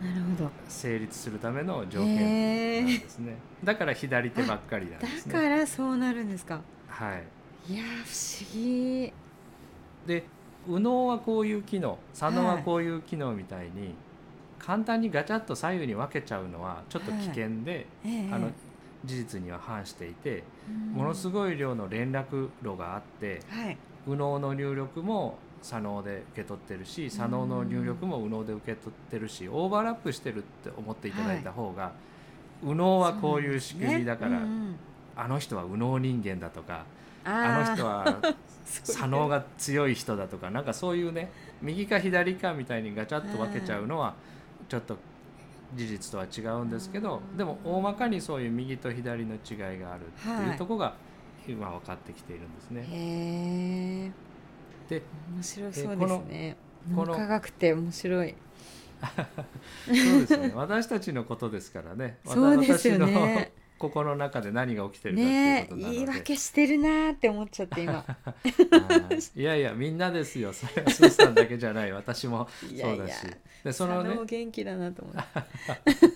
[SPEAKER 1] なるほど
[SPEAKER 2] 成立するための条件
[SPEAKER 1] へ
[SPEAKER 2] なん
[SPEAKER 1] え
[SPEAKER 2] ですね。だから左手ばっかりなんです
[SPEAKER 1] だか
[SPEAKER 2] ね。
[SPEAKER 1] らそうなるんですか
[SPEAKER 2] はい。
[SPEAKER 1] いやー不思議
[SPEAKER 2] で右脳はこういう機能左脳はこういう機能みたいに簡単にガチャッと左右に分けちゃうのはちょっと危険で、
[SPEAKER 1] ええ
[SPEAKER 2] あの事実には反していて、
[SPEAKER 1] うん
[SPEAKER 2] ものすごい量の連絡路があって、
[SPEAKER 1] はい
[SPEAKER 2] 右脳の入力も左脳で受け取ってるし左脳の入力も右脳で受け取ってるしオーバーラップしてるって思っていただいた方が、右脳はこういう仕組みだから、
[SPEAKER 1] そうなんですね
[SPEAKER 2] あの人は右脳人間だとか
[SPEAKER 1] うんうん
[SPEAKER 2] あ
[SPEAKER 1] あ
[SPEAKER 2] の人
[SPEAKER 1] は
[SPEAKER 2] は左脳が強い人だとかなんかそういうね右か左かみたいにガチャッと分けちゃうのはちょっと事実とは違うんですけど
[SPEAKER 1] うん
[SPEAKER 2] でも大まかにそういう右と左の違いがあるって
[SPEAKER 1] は
[SPEAKER 2] いう
[SPEAKER 1] い
[SPEAKER 2] ところが今分かってきているんですね。
[SPEAKER 1] へえ
[SPEAKER 2] で
[SPEAKER 1] 面白そう
[SPEAKER 2] え
[SPEAKER 1] で
[SPEAKER 2] こ
[SPEAKER 1] す
[SPEAKER 2] の
[SPEAKER 1] ね
[SPEAKER 2] この
[SPEAKER 1] 脳科学って面白い
[SPEAKER 2] そうですよね私たちのことですからねわた
[SPEAKER 1] そうですよね
[SPEAKER 2] 私の心の中で何が起きてるかっていう
[SPEAKER 1] ね
[SPEAKER 2] こと
[SPEAKER 1] え
[SPEAKER 2] なので、
[SPEAKER 1] 言い訳してるなーって思っちゃって 今
[SPEAKER 2] はいいやいやみんなですよそれはスーさんだけじゃない私も
[SPEAKER 1] いや
[SPEAKER 2] そう
[SPEAKER 1] いや
[SPEAKER 2] だしでそ
[SPEAKER 1] 佐
[SPEAKER 2] の
[SPEAKER 1] 野
[SPEAKER 2] ね
[SPEAKER 1] も元気だなと思 って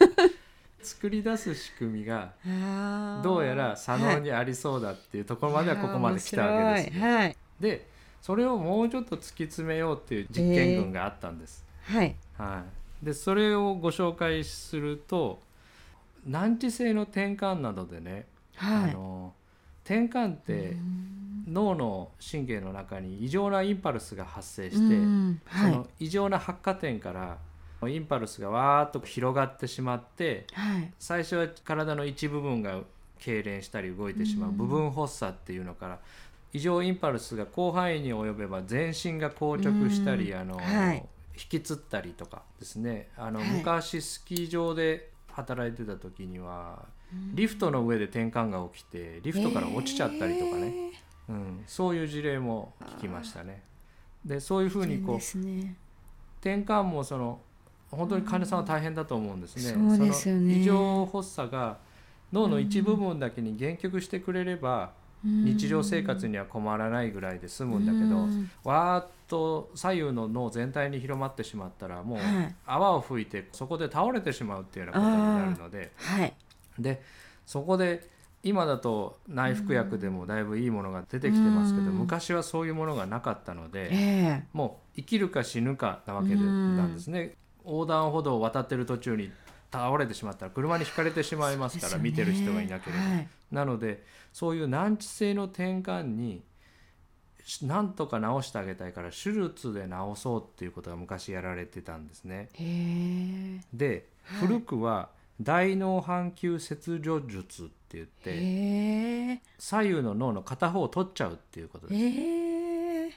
[SPEAKER 2] 作り出す仕組みが
[SPEAKER 1] あー
[SPEAKER 2] どうやら佐野にありそうだっていうところまではここまで来たわけです
[SPEAKER 1] い
[SPEAKER 2] よ。
[SPEAKER 1] やー面白いはい
[SPEAKER 2] でそれをもうちょっと突き詰めようっていう実験群があったんです。
[SPEAKER 1] はい
[SPEAKER 2] はい、でそれをご紹介すると難治性の転換などでね、
[SPEAKER 1] はい
[SPEAKER 2] あの転換っ
[SPEAKER 1] う
[SPEAKER 2] て
[SPEAKER 1] ん
[SPEAKER 2] 脳の神経の中に異常なインパルスが発生して、
[SPEAKER 1] うん
[SPEAKER 2] そ
[SPEAKER 1] はい
[SPEAKER 2] の異常な発火点からインパルスがわーっと広がってしまって
[SPEAKER 1] はい
[SPEAKER 2] 最初は体の一部分が痙攣したり動いてしまう
[SPEAKER 1] うん
[SPEAKER 2] 部分発作っていうのから異常インパルスが広範囲に及べば全身が硬直したり
[SPEAKER 1] うん
[SPEAKER 2] あの、
[SPEAKER 1] はい
[SPEAKER 2] 引きつったりとかですねあの、
[SPEAKER 1] はい
[SPEAKER 2] 昔スキー場で働いてた時にはリフトの上で転換が起きてリフトから落ちちゃったりとかね、
[SPEAKER 1] ね
[SPEAKER 2] うん、そういう事例も聞きましたね。でそういうふうにこう
[SPEAKER 1] ですね
[SPEAKER 2] 転換もその本当に患者さんは大変だと思うんですね。
[SPEAKER 1] うんそうですよね
[SPEAKER 2] その異常発作が脳の一部分だけに限局してくれれば、日常生活には困らないぐらいで済むんだけど、
[SPEAKER 1] うん
[SPEAKER 2] わーっと左右の脳全体に広まってしまったらもう
[SPEAKER 1] はい
[SPEAKER 2] 泡を吹いてそこで倒れてしまうっていうようなことになるので
[SPEAKER 1] はい
[SPEAKER 2] でそこで今だと内服薬でもだいぶいいものが出てきてますけど、
[SPEAKER 1] うん
[SPEAKER 2] 昔はそういうものがなかったので。
[SPEAKER 1] え
[SPEAKER 2] もう生きるか死ぬかなわけで
[SPEAKER 1] うん
[SPEAKER 2] なんですね横断歩道を渡ってる途中に倒れてしまったら車にひかれてしまいます
[SPEAKER 1] え
[SPEAKER 2] から見てる人がいなければ、
[SPEAKER 1] はい
[SPEAKER 2] なのでそういう難治性の転換にしなんとか治してあげたいから手術で治そうっていうことが昔やられてたんですね。
[SPEAKER 1] へえ
[SPEAKER 2] で
[SPEAKER 1] はい
[SPEAKER 2] 古くは大脳半球切除術って言って
[SPEAKER 1] へえ
[SPEAKER 2] 左右の脳の片方を取っちゃうっていうことです。
[SPEAKER 1] ええ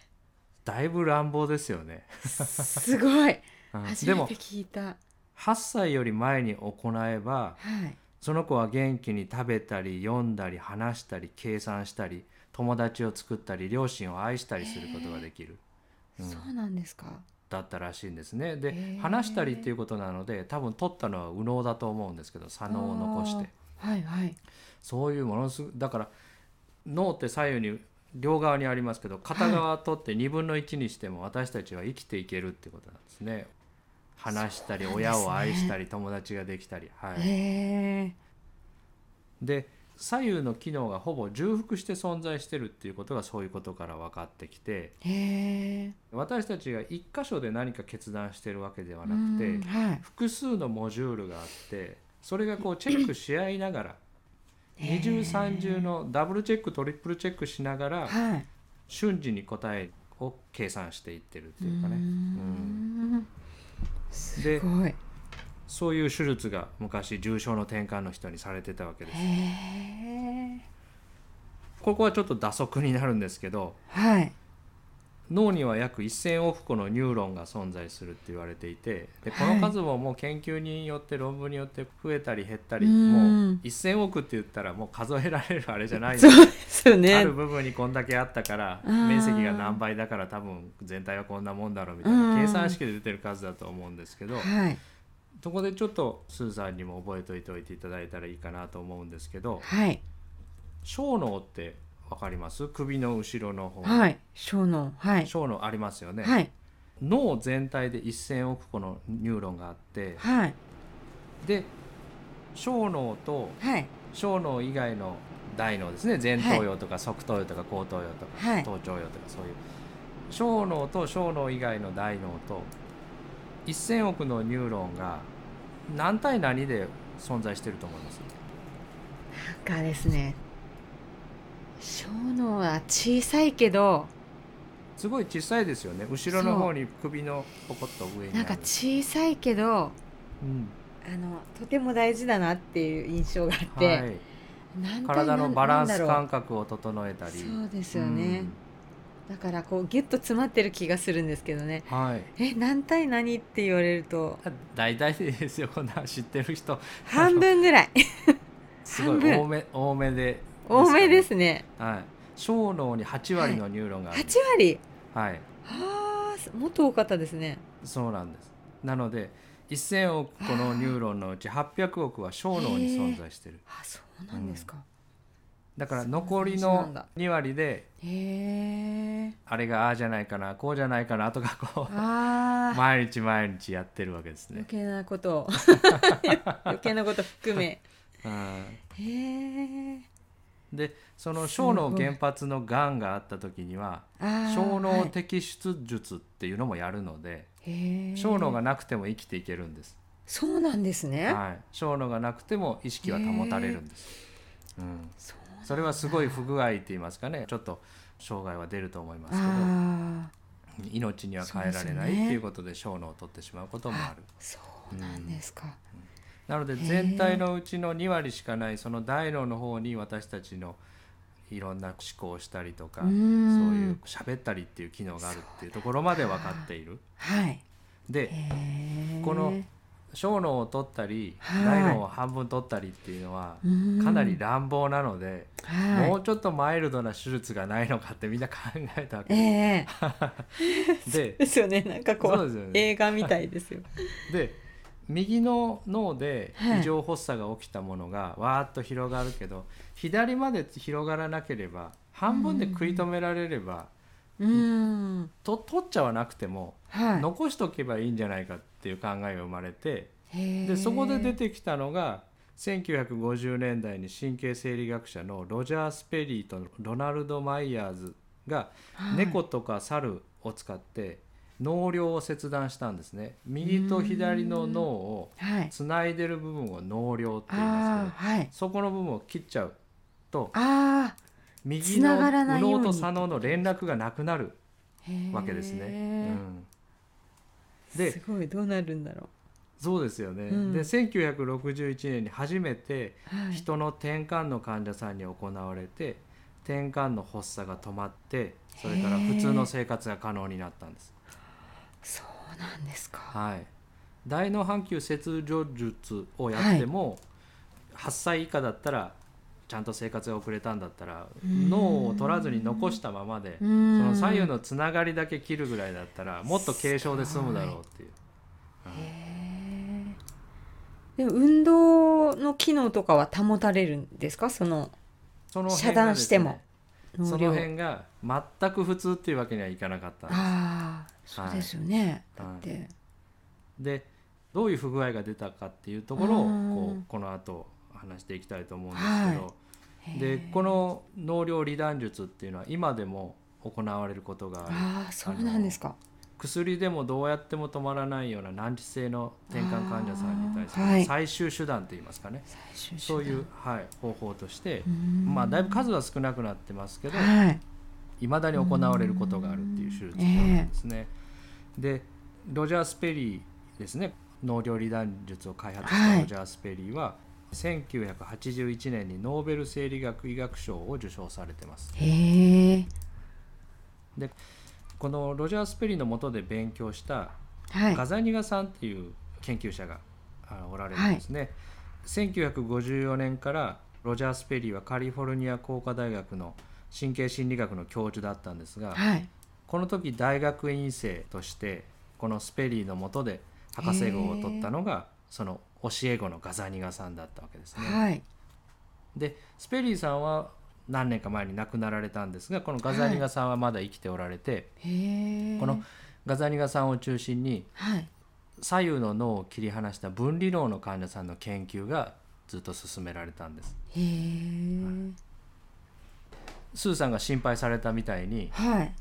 [SPEAKER 2] だいぶ乱暴ですよね。
[SPEAKER 1] すごい
[SPEAKER 2] うん
[SPEAKER 1] 初
[SPEAKER 2] で
[SPEAKER 1] め
[SPEAKER 2] も
[SPEAKER 1] て聞いた
[SPEAKER 2] 8歳より前に行えば
[SPEAKER 1] はい
[SPEAKER 2] その子は元気に食べたり読んだり話したり計算したり友達を作ったり両親を愛したりすることができる、うん
[SPEAKER 1] そうなんですか
[SPEAKER 2] だったらしいんですね
[SPEAKER 1] へ
[SPEAKER 2] で
[SPEAKER 1] ー
[SPEAKER 2] 話したりっていうことなので多分取ったのは右脳だと思うんですけど左脳を残して
[SPEAKER 1] はいはい
[SPEAKER 2] そういうものすごだから脳って左右に両側にありますけど片側取って2分の1にしても私たちは生きていけるってことなんですね。話したり
[SPEAKER 1] そうなんで
[SPEAKER 2] 親
[SPEAKER 1] すね
[SPEAKER 2] を愛したり友達ができたり、はい、
[SPEAKER 1] へえ
[SPEAKER 2] で左右の機能がほぼ重複して存在してるっていうことがそういうことから分かってきて
[SPEAKER 1] へえ
[SPEAKER 2] 私たちが一箇所で何か決断してるわけではなくて、
[SPEAKER 1] うんはい
[SPEAKER 2] 複数のモジュールがあってそれがこうチェックし合いながら
[SPEAKER 1] へ
[SPEAKER 2] 二
[SPEAKER 1] ー
[SPEAKER 2] 重三重のダブルチェックトリプルチェックしながら
[SPEAKER 1] はい
[SPEAKER 2] 瞬時に答えを計算していってるっていうかね
[SPEAKER 1] うー
[SPEAKER 2] うん
[SPEAKER 1] ん
[SPEAKER 2] です
[SPEAKER 1] ごいへ
[SPEAKER 2] そういう手術が昔重症の転換の人にされてたわけです。
[SPEAKER 1] え
[SPEAKER 2] ここはちょっと打足になるんですけど
[SPEAKER 1] はい
[SPEAKER 2] 脳には約1,000億個のニューロンが存在するって言われていてでこ
[SPEAKER 1] は
[SPEAKER 2] の
[SPEAKER 1] い
[SPEAKER 2] 数ももう研究によって論文によって増えたり減ったり
[SPEAKER 1] うーん
[SPEAKER 2] もう1,000億って言ったらもう数えられるあれじゃない
[SPEAKER 1] そうですよ
[SPEAKER 2] あ
[SPEAKER 1] ね
[SPEAKER 2] る部分にこんだけあったから
[SPEAKER 1] あー
[SPEAKER 2] 面積が何倍だから多分全体はこんなもんだろうみたいうなん計算式で出てる数だと思うんですけど
[SPEAKER 1] はい
[SPEAKER 2] そこでちょっとスーさんにも覚えておいておいていただいたらいいかなと思うんですけど
[SPEAKER 1] はい
[SPEAKER 2] 小脳って分かります首の後ろの方、
[SPEAKER 1] はい小脳はい
[SPEAKER 2] 小脳ありますよね。
[SPEAKER 1] はい
[SPEAKER 2] 脳全体で1,000億個のニューロンがあって
[SPEAKER 1] はい
[SPEAKER 2] で小脳と
[SPEAKER 1] はい
[SPEAKER 2] 小脳以外の大脳ですね前頭葉とか側頭葉とか後頭葉とか、
[SPEAKER 1] はい
[SPEAKER 2] 頭頂葉とかそういう小脳と小脳以外の大脳と1,000億のニューロンが何対何で存在してると思います
[SPEAKER 1] なんかですね小脳は小さいけど
[SPEAKER 2] すごい小さいですよね後ろの
[SPEAKER 1] そう
[SPEAKER 2] 方に首のポコッと上に
[SPEAKER 1] な
[SPEAKER 2] ある
[SPEAKER 1] んか小さいけど
[SPEAKER 2] うん
[SPEAKER 1] あのとても大事だなっていう印象があって、
[SPEAKER 2] はい、
[SPEAKER 1] なんか
[SPEAKER 2] 体のバラン
[SPEAKER 1] な
[SPEAKER 2] ス
[SPEAKER 1] んだろ
[SPEAKER 2] 感覚を整えた
[SPEAKER 1] う
[SPEAKER 2] り
[SPEAKER 1] そうですよね、だからこうギュッと詰まってる気がするんですけどね
[SPEAKER 2] うんはい
[SPEAKER 1] え何対何って言われる と
[SPEAKER 2] 大体ですよこんな知ってる人
[SPEAKER 1] 半分ぐらい
[SPEAKER 2] す
[SPEAKER 1] 半
[SPEAKER 2] ごい
[SPEAKER 1] 分
[SPEAKER 2] 多め多めで
[SPEAKER 1] 多めですすね
[SPEAKER 2] かね、はい、小脳に8割のニューロンがある、
[SPEAKER 1] 8割
[SPEAKER 2] はい
[SPEAKER 1] はあもっと多かったですね
[SPEAKER 2] そうなんですなので1,000億個のニューロンのうち800億は小脳に存在してる
[SPEAKER 1] あそうなんですか、
[SPEAKER 2] だから残り
[SPEAKER 1] そうな
[SPEAKER 2] の
[SPEAKER 1] んだ
[SPEAKER 2] 2割で
[SPEAKER 1] へえ
[SPEAKER 2] あれがああじゃないかなこうじゃないかなとかこう
[SPEAKER 1] ああ、
[SPEAKER 2] 毎日毎日やってるわけですね
[SPEAKER 1] 余。計なこと を余計なこと含め
[SPEAKER 2] うん
[SPEAKER 1] へえ
[SPEAKER 2] でその小脳原発のがんがあった時には
[SPEAKER 1] あー
[SPEAKER 2] 小脳摘出術っていうのもやるので、
[SPEAKER 1] はいへー
[SPEAKER 2] 小脳がなくても生きていけるんです、
[SPEAKER 1] そうなんですね、
[SPEAKER 2] はい、小脳がなくても意識は保たれるんです、うん、
[SPEAKER 1] そう
[SPEAKER 2] それはすごい不具合って言いますかねちょっと障害は出ると思います
[SPEAKER 1] ああ
[SPEAKER 2] けど命には変えられないっていうことで小脳を取ってしまうこともある
[SPEAKER 1] そうなんですか、
[SPEAKER 2] なので全体のうちの2割しかないその大脳の方に私たちのいろんな思考をしたりとか
[SPEAKER 1] う
[SPEAKER 2] そう
[SPEAKER 1] ーん
[SPEAKER 2] いう喋ったりっていう機能があるっていうところまで分かっている。
[SPEAKER 1] はい
[SPEAKER 2] で
[SPEAKER 1] へー
[SPEAKER 2] この小脳を取ったり
[SPEAKER 1] はい
[SPEAKER 2] 大脳を半分取ったりっていうのは
[SPEAKER 1] うん
[SPEAKER 2] かなり乱暴なので
[SPEAKER 1] はい
[SPEAKER 2] もうちょっとマイルドな手術がないのかってみんな考えたわけ
[SPEAKER 1] ええ
[SPEAKER 2] で
[SPEAKER 1] ですよねなんかこ
[SPEAKER 2] そううですよね。
[SPEAKER 1] 映画みたいですよ
[SPEAKER 2] で右の脳で
[SPEAKER 1] はい
[SPEAKER 2] 異常発作が起きたものがわーっと広がるけど左まで広がらなければ半分で食い止められれば
[SPEAKER 1] うーん
[SPEAKER 2] と取っちゃわなくても
[SPEAKER 1] は
[SPEAKER 2] 残しとけばいいんじゃないかっていう考えが生まれて
[SPEAKER 1] いへー
[SPEAKER 2] でそこで出てきたのが1950年代に神経生理学者のロジャー・スペリーとロナルド・マイヤーズが
[SPEAKER 1] はい
[SPEAKER 2] 猫とか猿を使って脳梁を切断したんですね右と左の脳を
[SPEAKER 1] はい
[SPEAKER 2] つないでる部分を脳梁って言います
[SPEAKER 1] あ
[SPEAKER 2] け
[SPEAKER 1] あはい
[SPEAKER 2] どそこの部分を切っちゃうと
[SPEAKER 1] あ
[SPEAKER 2] 右
[SPEAKER 1] 繋
[SPEAKER 2] の
[SPEAKER 1] がらない
[SPEAKER 2] 右
[SPEAKER 1] ように
[SPEAKER 2] 脳と左脳の連絡がなくなる
[SPEAKER 1] あへー
[SPEAKER 2] わけですね。うん、
[SPEAKER 1] す
[SPEAKER 2] で
[SPEAKER 1] ごいどうなるんだろ
[SPEAKER 2] そうですよね、
[SPEAKER 1] うん
[SPEAKER 2] で1961年に初めて
[SPEAKER 1] うはい
[SPEAKER 2] 人の転換の患者さんに行われて転換の発作が止まってそれから普通の生活が可能になったんです。
[SPEAKER 1] そうなんですか
[SPEAKER 2] はい、大脳半球切除術をやっても、8歳以下だったらちゃんと生活が遅れたんだったら
[SPEAKER 1] ん
[SPEAKER 2] 脳を取らずに残したままで
[SPEAKER 1] う
[SPEAKER 2] そ
[SPEAKER 1] ーん
[SPEAKER 2] の左右のつながりだけ切るぐらいだったらもっと軽症で済むだろうっていう。
[SPEAKER 1] へーでも運動の機能とかは保たれるんですかその
[SPEAKER 2] その
[SPEAKER 1] 遮断しても
[SPEAKER 2] ですね
[SPEAKER 1] 能
[SPEAKER 2] その
[SPEAKER 1] 量
[SPEAKER 2] 辺が全く普通っていうわけにはいかなかったんです
[SPEAKER 1] ああそうですよね、
[SPEAKER 2] はい
[SPEAKER 1] だって、
[SPEAKER 2] でどういう不具合が出たかっていうところを
[SPEAKER 1] うん
[SPEAKER 2] こうこの後話していきたいと思うんですけど、
[SPEAKER 1] は
[SPEAKER 2] でこの納涼離断術っていうのは今でも行われることがある
[SPEAKER 1] ああそうなんですか
[SPEAKER 2] 薬でもどうやっても止まらないような難治性の転換患者さんに対す
[SPEAKER 1] あーは
[SPEAKER 2] る
[SPEAKER 1] い
[SPEAKER 2] 最終手段といいますかね、
[SPEAKER 1] 最終手段
[SPEAKER 2] そういう、はい、方法として
[SPEAKER 1] うー、ん
[SPEAKER 2] まあ、だいぶ数は少なくなってますけど
[SPEAKER 1] はい
[SPEAKER 2] いまだに行われることがあるっていう手術なんですね。でロジャー・スペリーですね脳料理断術を開発し
[SPEAKER 1] は
[SPEAKER 2] た
[SPEAKER 1] い
[SPEAKER 2] ロジャー・スペリーは、1981年にノーベル生理学医学賞を受賞されてます。
[SPEAKER 1] へえ
[SPEAKER 2] このロジャー・スペリーの下で勉強した
[SPEAKER 1] はい
[SPEAKER 2] ガザニガさんっていう研究者があのおられるんですね、1954年からロジャー・スペリーはカリフォルニア工科大学の神経心理学の教授だったんですが、
[SPEAKER 1] はい
[SPEAKER 2] この時大学院生としてこのスペリーの下で博士号を取ったのがその教え子のガザニガさんだったわけですね。
[SPEAKER 1] はい
[SPEAKER 2] でスペリーさんは何年か前に亡くなられたんですがこのガザニガさんはまだ生きておられて、
[SPEAKER 1] へえ
[SPEAKER 2] このガザニガさんを中心に
[SPEAKER 1] はい
[SPEAKER 2] 左右の脳を切り離した分離脳の患者さんの研究がずっと進められたんです。
[SPEAKER 1] へえ
[SPEAKER 2] スーさんが心配されたみたいに
[SPEAKER 1] はい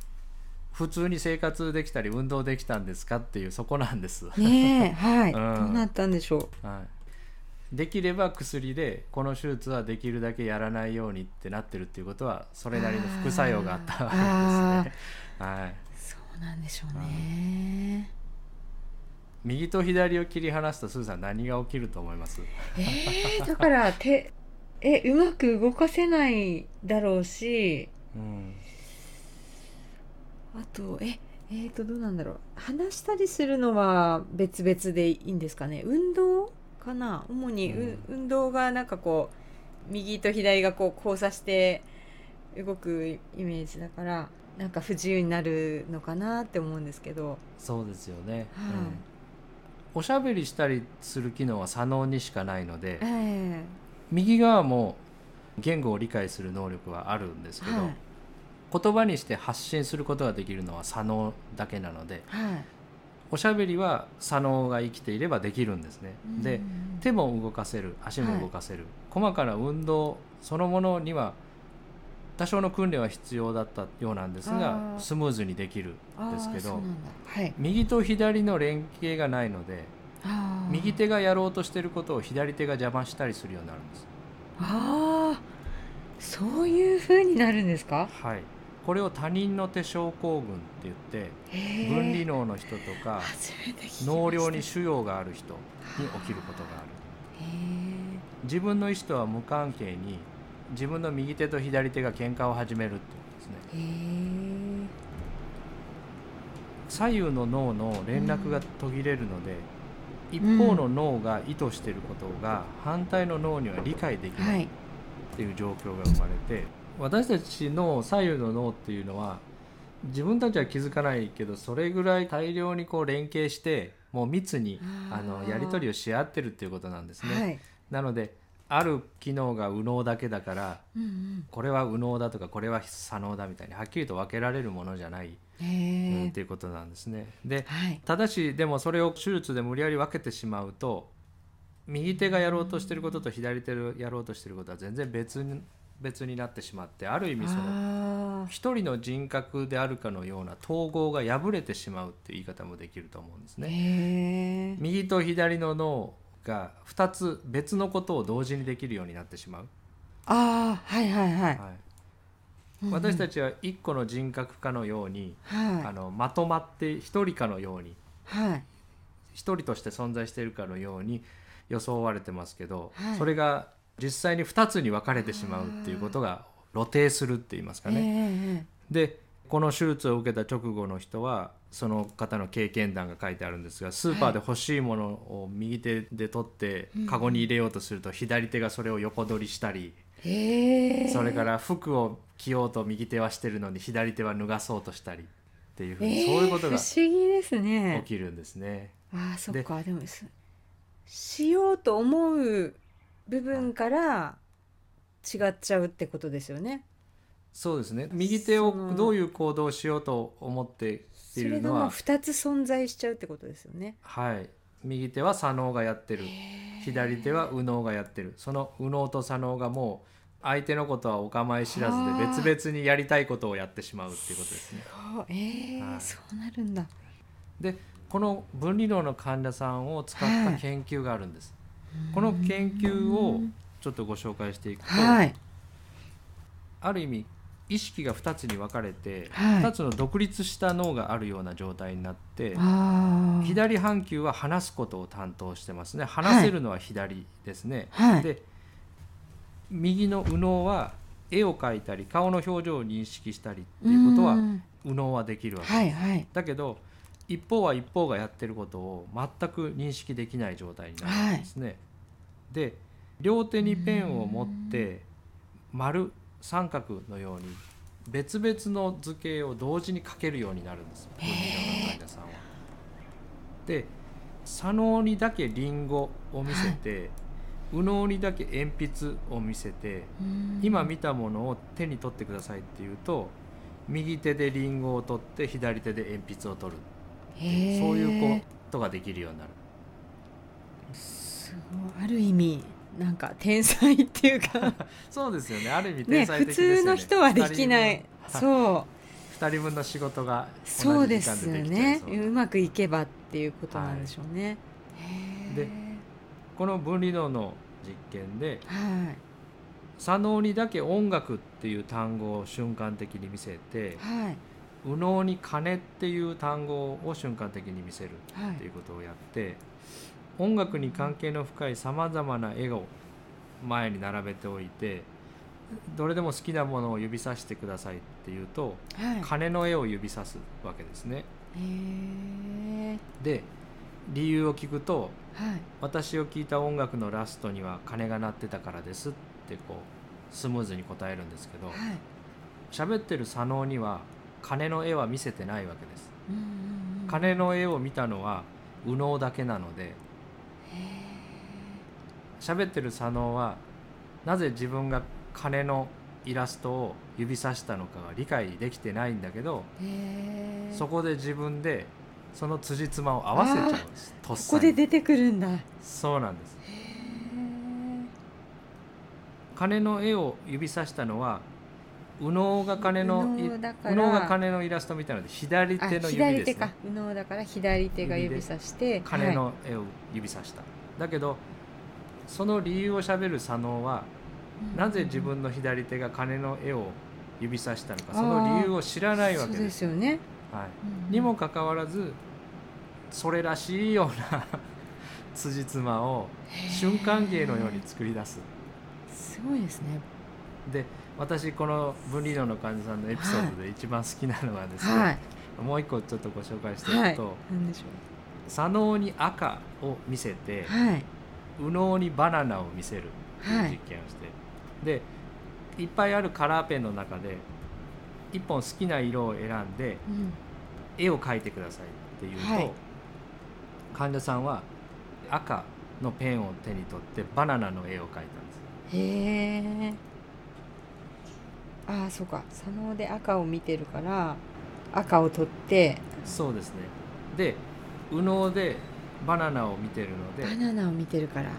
[SPEAKER 2] 普通に生活できたり運動できたんですかっていうそこなんです。
[SPEAKER 1] ねえはい、
[SPEAKER 2] うん
[SPEAKER 1] どうなったんでしょう
[SPEAKER 2] はい、できれば薬でこの手術はできるだけやらないようにってなってるっていうことはそれなりの副作用があったわけですね。はい、
[SPEAKER 1] そうなんでしょうね、
[SPEAKER 2] 右と左を切り離すとすずさん何が起きると思います
[SPEAKER 1] えーだから手えうまく動かせないだろうし
[SPEAKER 2] うん
[SPEAKER 1] あとええー、とどうなんだろう話したりするのは別々でいいんですかね運動かな主に、う
[SPEAKER 2] う
[SPEAKER 1] 運動がなんかこう右と左がこう交差して動くイメージだからなんか不自由になるのかなって思うんですけど
[SPEAKER 2] そうですよね、
[SPEAKER 1] はい
[SPEAKER 2] おしゃべりしたりする機能は左脳にしかないので
[SPEAKER 1] ええ
[SPEAKER 2] 右側も言語を理解する能力はあるんですけど、
[SPEAKER 1] はい
[SPEAKER 2] 言葉にして発信することができるのは左脳だけなので
[SPEAKER 1] はい
[SPEAKER 2] おしゃべりは左脳が生きていればできるんですね。で
[SPEAKER 1] うん
[SPEAKER 2] 手も動かせる足も動かせる、細かな運動そのものには多少の訓練は必要だったようなんです
[SPEAKER 1] あ
[SPEAKER 2] が
[SPEAKER 1] ー
[SPEAKER 2] スムーズにできるんですけ
[SPEAKER 1] あーそうな
[SPEAKER 2] ど
[SPEAKER 1] んだはい
[SPEAKER 2] 右と左の連携がないので
[SPEAKER 1] あー
[SPEAKER 2] 右手がやろうとしてることを左手が邪魔したりするようになるんです。
[SPEAKER 1] ああそういう風になるんですか
[SPEAKER 2] はい、これを他人の手症候群って言って
[SPEAKER 1] へ
[SPEAKER 2] 分離
[SPEAKER 1] の
[SPEAKER 2] 能の人とか
[SPEAKER 1] 初めて聞きました
[SPEAKER 2] 脳量に腫瘍がある人に起きることがある
[SPEAKER 1] へえ
[SPEAKER 2] 自分の意思とは無関係に自分の右手と左手が喧嘩を始めるってことですね
[SPEAKER 1] へえ
[SPEAKER 2] 左右の脳の連絡が途切れるので、一
[SPEAKER 1] ん
[SPEAKER 2] 方の脳が意図していることが反対の脳には理解でき
[SPEAKER 1] は
[SPEAKER 2] ない
[SPEAKER 1] い
[SPEAKER 2] っていう状況が生まれて私たちの左右の脳っていうのは自分たちは気づかないけどそれぐらい大量にこう連携してもう密に
[SPEAKER 1] あー
[SPEAKER 2] あのやり取りをし合ってるっていうことなんですね。
[SPEAKER 1] はい
[SPEAKER 2] なのである機能が右脳だけだから
[SPEAKER 1] うん
[SPEAKER 2] これは右脳だとかこれは左脳だみたいにはっきりと分けられるものじゃない、
[SPEAKER 1] うん
[SPEAKER 2] うん、
[SPEAKER 1] へ
[SPEAKER 2] っ
[SPEAKER 1] え
[SPEAKER 2] ていうことなんですね。で
[SPEAKER 1] はい
[SPEAKER 2] ただしでもそれを手術で無理やり分けてしまうと右手がやろうとしてることと左手がやろうとしてることは全然別に別になってしまってある意味その
[SPEAKER 1] あ
[SPEAKER 2] 一人の人格であるかのような統合が破れてしまうっていう言い方もできると思うんです
[SPEAKER 1] ー
[SPEAKER 2] ね。
[SPEAKER 1] へえ
[SPEAKER 2] 右と左の脳が2つ別のことを同時にできるようになってしまう、
[SPEAKER 1] ああはいはいはい
[SPEAKER 2] はい
[SPEAKER 1] うんうん
[SPEAKER 2] 私たちは1個の人格かのように、あ
[SPEAKER 1] は
[SPEAKER 2] のまとまって1人かのように
[SPEAKER 1] いはい
[SPEAKER 2] 一人として存在しているかのように装われてますけど、
[SPEAKER 1] はい
[SPEAKER 2] それが実際に2つに分かれてしまうっていうことが露呈するって言いますかね。
[SPEAKER 1] ね
[SPEAKER 2] でこの手術を受けた直後の人はその方の経験談が書いてあるんですがスーパーで欲しいものを右手で取って
[SPEAKER 1] うん
[SPEAKER 2] カゴに入れようとすると左手がそれを横取りしたり、
[SPEAKER 1] へえ
[SPEAKER 2] それから服を着ようと右手はしてるのに左手は脱がそうとしたりっていうふう
[SPEAKER 1] え
[SPEAKER 2] に、
[SPEAKER 1] ー
[SPEAKER 2] そういうことが
[SPEAKER 1] 不
[SPEAKER 2] 起
[SPEAKER 1] 思議ですね
[SPEAKER 2] きるんですね。
[SPEAKER 1] ああそっ
[SPEAKER 2] で
[SPEAKER 1] かでもすしようと思う部分から違っちゃうってことですよね
[SPEAKER 2] そうですね右手を
[SPEAKER 1] その
[SPEAKER 2] どういう行動をしようと思って
[SPEAKER 1] そ
[SPEAKER 2] い
[SPEAKER 1] れ
[SPEAKER 2] る
[SPEAKER 1] が
[SPEAKER 2] の
[SPEAKER 1] もう
[SPEAKER 2] は、
[SPEAKER 1] 2つ存在しちゃうってことですよね
[SPEAKER 2] はい、右手は左脳がやってる
[SPEAKER 1] へー
[SPEAKER 2] 左手は右脳がやってるその右脳と左脳がもう相手のことはお構い知ら
[SPEAKER 1] はあ
[SPEAKER 2] ずで別々にやりたいことをやってしまうっていうことですね。
[SPEAKER 1] そうえー
[SPEAKER 2] はい
[SPEAKER 1] そうなるんだ
[SPEAKER 2] でこの分離論の患者さんを使った研究があるんです。この研究をちょっとご紹介していくと、
[SPEAKER 1] はい
[SPEAKER 2] ある意味意識が2つに分かれて、
[SPEAKER 1] はい
[SPEAKER 2] 2つの独立した脳があるような状態になって。
[SPEAKER 1] あー
[SPEAKER 2] 左半球は話すことを担当してますね話せるのは左ですね、
[SPEAKER 1] はい
[SPEAKER 2] で右の右脳は絵を描いたり顔の表情を認識したりっていうことは
[SPEAKER 1] ん
[SPEAKER 2] 右脳はできるわけです、
[SPEAKER 1] はいはい
[SPEAKER 2] だけど一方は一方がやってることを全く認識できない状態になるんですね、で両手にペンを持って丸三角のように別々の図形を同時に描けるようになるんです文理の患者さんは。で左脳にだけリンゴを見せて、右脳にだけ鉛筆を見せて
[SPEAKER 1] うん
[SPEAKER 2] 今見たものを手に取ってくださいって言うと右手でリンゴを取って左手で鉛筆を取る
[SPEAKER 1] へ
[SPEAKER 2] ってい
[SPEAKER 1] ー
[SPEAKER 2] うそういうことができるようになる。
[SPEAKER 1] すごいある意味なんか天才っていうか
[SPEAKER 2] そうですよねある意味
[SPEAKER 1] ね
[SPEAKER 2] 天才
[SPEAKER 1] 普
[SPEAKER 2] 的ですよね
[SPEAKER 1] 通の人はできない
[SPEAKER 2] 二人分
[SPEAKER 1] そう
[SPEAKER 2] 2人分の仕事が
[SPEAKER 1] そ
[SPEAKER 2] 同
[SPEAKER 1] う
[SPEAKER 2] じ
[SPEAKER 1] で
[SPEAKER 2] 時間
[SPEAKER 1] す
[SPEAKER 2] でできちゃい
[SPEAKER 1] ね
[SPEAKER 2] そううなん
[SPEAKER 1] まくいけばっていうことなんでしょうね、へ
[SPEAKER 2] で
[SPEAKER 1] え
[SPEAKER 2] この分離能の実験で
[SPEAKER 1] はい
[SPEAKER 2] 左脳にだけ音楽っていう単語を瞬間的に見せて
[SPEAKER 1] はい
[SPEAKER 2] 右脳に鐘っていう単語を瞬間的に見せる
[SPEAKER 1] は
[SPEAKER 2] ってい
[SPEAKER 1] いう
[SPEAKER 2] ことをやって音楽に関係の深いさまざまな絵を前に並べておいてどれでも好きなものを指さしてくださいっていうと
[SPEAKER 1] はい
[SPEAKER 2] 鐘の絵を指さすわけですね。
[SPEAKER 1] へえ
[SPEAKER 2] で理由を聞くと
[SPEAKER 1] はい
[SPEAKER 2] 私を聞いた音楽のラストには鐘が鳴ってたからですってこうスムーズに答えるんですけど
[SPEAKER 1] はい
[SPEAKER 2] 喋ってる左脳には鐘の絵は見せてないわけです
[SPEAKER 1] うんうんうん
[SPEAKER 2] 鐘の絵を見たのは右脳だけなので喋ってる左脳はなぜ自分が鐘のイラストを指さしたのかは理解できてないんだけど
[SPEAKER 1] へえ
[SPEAKER 2] そこで自分でその辻褄を合わせちゃうんですとっ
[SPEAKER 1] ここ
[SPEAKER 2] さ
[SPEAKER 1] で
[SPEAKER 2] に
[SPEAKER 1] 出てくるんだへ
[SPEAKER 2] そうなんです
[SPEAKER 1] え
[SPEAKER 2] 鐘の絵を指さしたのは右脳が鐘のい
[SPEAKER 1] 右脳だから
[SPEAKER 2] 右脳が鐘のイラストみたいなので左
[SPEAKER 1] あ
[SPEAKER 2] 手の指
[SPEAKER 1] 左
[SPEAKER 2] で
[SPEAKER 1] 手
[SPEAKER 2] す
[SPEAKER 1] か
[SPEAKER 2] ね
[SPEAKER 1] 右脳だから左手が指さして
[SPEAKER 2] 鐘の絵を指さした、だけどその理由をしゃべる左脳は
[SPEAKER 1] はい
[SPEAKER 2] なぜ自分の左手が鐘の絵を指さしたのかその理由を知らないわけ
[SPEAKER 1] そう
[SPEAKER 2] で。
[SPEAKER 1] ですすよね、
[SPEAKER 2] はい
[SPEAKER 1] うん
[SPEAKER 2] にもかかわらずそれらしいような 辻褄を瞬間芸のように作り出す。
[SPEAKER 1] すごいですね
[SPEAKER 2] で私この分離論の患者さんのエピソードで一番好きなのはですね、
[SPEAKER 1] はい
[SPEAKER 2] もう一個ちょっとご紹介して
[SPEAKER 1] はいい
[SPEAKER 2] くと、
[SPEAKER 1] なんでしょ
[SPEAKER 2] 左脳に赤を見せて
[SPEAKER 1] うはい
[SPEAKER 2] 右脳にバナナを見せるっていう
[SPEAKER 1] はい
[SPEAKER 2] 実験をして、でいっぱいあるカラーペンの中で一本好きな色を選んで
[SPEAKER 1] うん
[SPEAKER 2] 絵を描いてくださいって言うと、
[SPEAKER 1] はい
[SPEAKER 2] 患者さんは赤のペンを手に取ってバナナの絵を描いたんです。
[SPEAKER 1] へえああそうか左脳で赤を見てるから赤を取って
[SPEAKER 2] そうですねで右脳でバナナを見てるの
[SPEAKER 1] バ
[SPEAKER 2] で
[SPEAKER 1] ナナを見てるから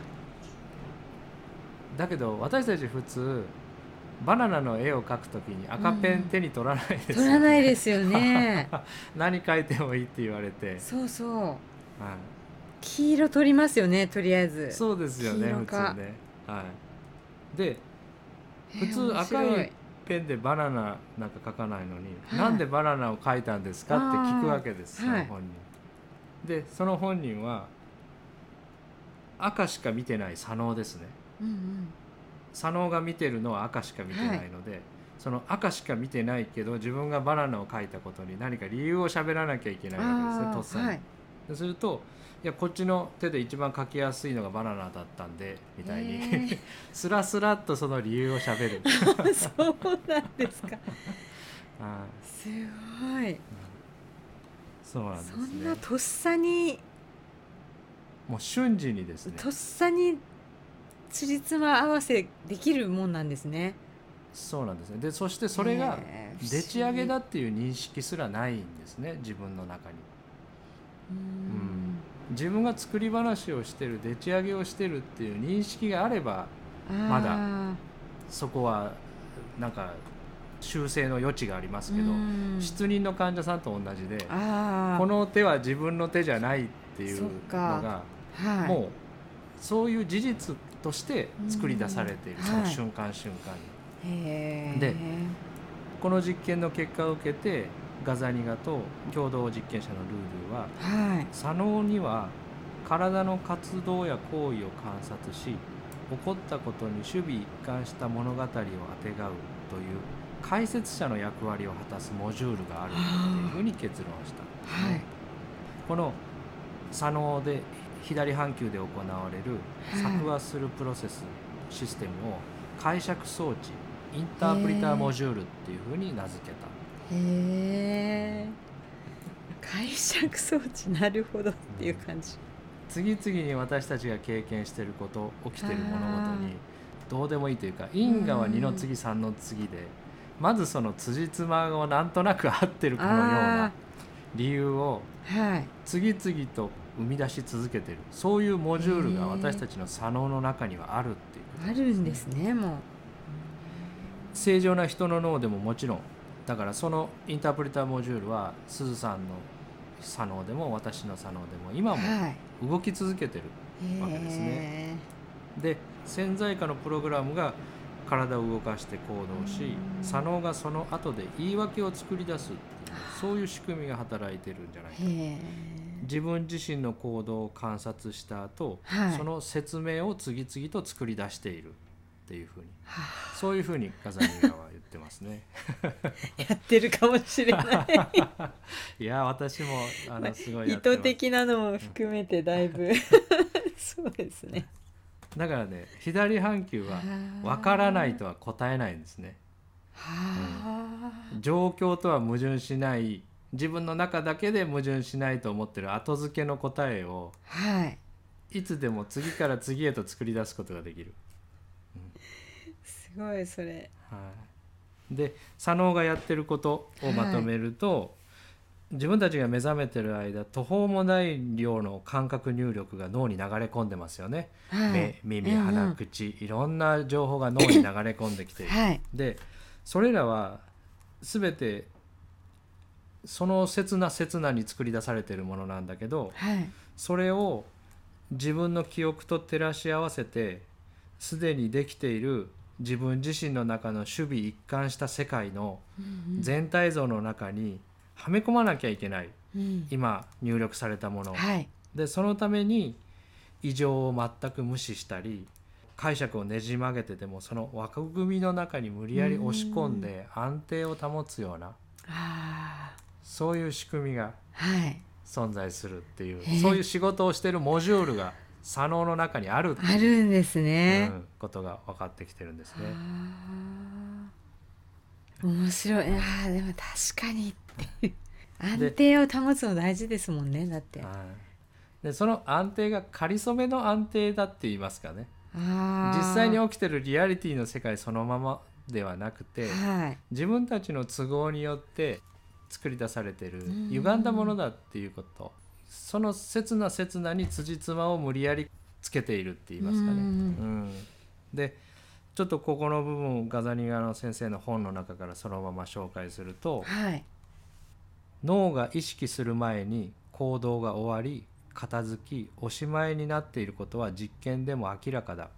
[SPEAKER 2] だけど私たち普通バナナの絵を描くときに赤ペン手に取らないですよね、
[SPEAKER 1] 取らないですよね
[SPEAKER 2] 何描いてもいいって言われて、
[SPEAKER 1] そうそう
[SPEAKER 2] は
[SPEAKER 1] 黄色取りますよねとりあえず
[SPEAKER 2] い、そうですよ
[SPEAKER 1] 黄
[SPEAKER 2] ね
[SPEAKER 1] 色
[SPEAKER 2] 普通
[SPEAKER 1] か
[SPEAKER 2] ね、はい、で
[SPEAKER 1] へ
[SPEAKER 2] 普
[SPEAKER 1] ー
[SPEAKER 2] 通
[SPEAKER 1] 面白
[SPEAKER 2] 赤いペンでバナナなんか描かないのに、
[SPEAKER 1] はい
[SPEAKER 2] なんでバナナを描いたんですかって聞くわけですその
[SPEAKER 1] はい
[SPEAKER 2] 本人、でその本人は赤しか見てない左脳ですね
[SPEAKER 1] うん
[SPEAKER 2] 左脳が見てるのは赤しか見てないので、その赤しか見てないけど自分がバナナを描いたことに何か理由を喋らなきゃいけ
[SPEAKER 1] う
[SPEAKER 2] なんいわけですね
[SPEAKER 1] あ
[SPEAKER 2] と
[SPEAKER 1] あ
[SPEAKER 2] っさに。
[SPEAKER 1] はい
[SPEAKER 2] でするといやこっちの手で一番描きやすいのがバナナだったんでみたいに、
[SPEAKER 1] へ
[SPEAKER 2] スラスラっとその理由を喋 る。
[SPEAKER 1] ーそうなんですか
[SPEAKER 2] はい
[SPEAKER 1] すごい
[SPEAKER 2] そうなんです
[SPEAKER 1] そ
[SPEAKER 2] ね。
[SPEAKER 1] んなとっさに
[SPEAKER 2] もう瞬時にですね。
[SPEAKER 1] とっさにつりつま合わせできるもんなんですね
[SPEAKER 2] そうなんですね。で、そしてそれが
[SPEAKER 1] へー
[SPEAKER 2] 出ち上げだ
[SPEAKER 1] 不思
[SPEAKER 2] っていう認識すらないんですね。自分の中に。
[SPEAKER 1] 議うん
[SPEAKER 2] 自分が作り話をしてる、出ち上げをしてるっていう認識があれば、まだ
[SPEAKER 1] あ
[SPEAKER 2] そこはなんか修正の余地があります
[SPEAKER 1] ー
[SPEAKER 2] け
[SPEAKER 1] う
[SPEAKER 2] ど、
[SPEAKER 1] ん
[SPEAKER 2] 失認の患者さんと同じで、
[SPEAKER 1] あ
[SPEAKER 2] こ
[SPEAKER 1] この、
[SPEAKER 2] の手は自分の手じゃないっていう
[SPEAKER 1] そっ
[SPEAKER 2] のが
[SPEAKER 1] か、はい、
[SPEAKER 2] もうそういう事実として作り出されている、
[SPEAKER 1] うん
[SPEAKER 2] その
[SPEAKER 1] はい
[SPEAKER 2] 瞬間瞬間に。
[SPEAKER 1] へー
[SPEAKER 2] でこの実験の結果を受けてガザニガと共同実験者のルールは
[SPEAKER 1] はい
[SPEAKER 2] 左脳には体の活動や行為を観察し起こったことに守備一貫した物語をあてがうという解説者の役割を果たすモジュールがあるというふうに結論した
[SPEAKER 1] はい
[SPEAKER 2] この左脳で左半球で行われる
[SPEAKER 1] はい
[SPEAKER 2] 作話するプロセスシステムを解釈装置インタープリターモジュールっていうふうに名付けた。
[SPEAKER 1] へえ解釈装置なるほどっていう感じ
[SPEAKER 2] 次々に私たちが経験していること起きている物事にどうでもいいというか因果は2の次3の次でまずその辻褄をなんとなく合ってるかのような
[SPEAKER 1] あ
[SPEAKER 2] 理由を
[SPEAKER 1] ーはい
[SPEAKER 2] 次々と生み出し続けてるそういうモジュールが私たちの左脳の中にはあるっていう
[SPEAKER 1] あるんですねも
[SPEAKER 2] 正常な人の脳でももちろんだからそのインタープリターモジュールはすずさんの左脳でも私の左脳でも
[SPEAKER 1] う
[SPEAKER 2] 今も
[SPEAKER 1] はい
[SPEAKER 2] 動き続けてるわけです
[SPEAKER 1] へ
[SPEAKER 2] ねで潜在下のプログラムが体を動かして行動し
[SPEAKER 1] うん
[SPEAKER 2] 左脳がその後で言い訳を作り出すっていうそういう仕組みが働いてるんじゃない
[SPEAKER 1] えへ
[SPEAKER 2] か
[SPEAKER 1] え
[SPEAKER 2] 自分自身の行動を観察した後、
[SPEAKER 1] はい
[SPEAKER 2] その説明を次々と作り出しているっていうふうに
[SPEAKER 1] はあ
[SPEAKER 2] そういうふうにガザニガは言ってま すね
[SPEAKER 1] やってるかもしれない
[SPEAKER 2] いや私もあ
[SPEAKER 1] まあ
[SPEAKER 2] のすごい
[SPEAKER 1] 意
[SPEAKER 2] やってます
[SPEAKER 1] 図的なのも含めてだい ぶそうですね
[SPEAKER 2] だからね左半球は分からないとは答えないんですね
[SPEAKER 1] はあ
[SPEAKER 2] 状況とは矛盾しない自分の中だけで矛盾しないと思ってる後付けの答えを
[SPEAKER 1] はい
[SPEAKER 2] いつでも次から次へと作り出すことができる。
[SPEAKER 1] すごいそれ
[SPEAKER 2] はい、で左脳がやってることをまとめると、自分たちが目覚めてる間途方もない量の感覚入力が脳に流れ込んでますよね。
[SPEAKER 1] はい
[SPEAKER 2] 目耳
[SPEAKER 1] うんうん
[SPEAKER 2] 鼻口、いろんな情報が脳に流れ込んできている。
[SPEAKER 1] はい
[SPEAKER 2] でそれらは全てその刹那刹那に作り出されているものなんだけど
[SPEAKER 1] はい
[SPEAKER 2] それを自分の記憶と照らし合わせてすでにできている自分自身の中の守備一貫した世界の
[SPEAKER 1] うん
[SPEAKER 2] 全体像の中にはめ込まなきゃいけない
[SPEAKER 1] うんうん
[SPEAKER 2] 今入力されたものを。
[SPEAKER 1] はい
[SPEAKER 2] でそのために異常を全く無視したり解釈をねじ曲げてでもその枠組みの中に無理やり押し込んで安定を保つような
[SPEAKER 1] あ
[SPEAKER 2] そういう仕組みが
[SPEAKER 1] ーはい
[SPEAKER 2] 存在するっていう、
[SPEAKER 1] へえ
[SPEAKER 2] そういう仕事をしてるモジュールが左脳の中にあるって
[SPEAKER 1] あ
[SPEAKER 2] いう
[SPEAKER 1] るんですね
[SPEAKER 2] う、んことが分かってきてるんですね。
[SPEAKER 1] あー面白いあーでも確かにっていう
[SPEAKER 2] で
[SPEAKER 1] 安定を保つの大事ですもんねだってあ
[SPEAKER 2] はいでその安定が仮初めの安定だって言いますかね
[SPEAKER 1] ー
[SPEAKER 2] 実際に起きてるリアリティの世界そのままではなくて、
[SPEAKER 1] はい
[SPEAKER 2] 自分たちの都合によって作り出されてる
[SPEAKER 1] ん
[SPEAKER 2] 歪んだものだっていうことその刹那刹那に辻褄を無理やりつけているって言いますかね。
[SPEAKER 1] うん
[SPEAKER 2] うんでちょっとここの部分をガザニガの先生の本の中からそのまま紹介すると
[SPEAKER 1] はい
[SPEAKER 2] 脳が意識する前に行動が終わり片付きおしまいになっていることは実験でも明らかだ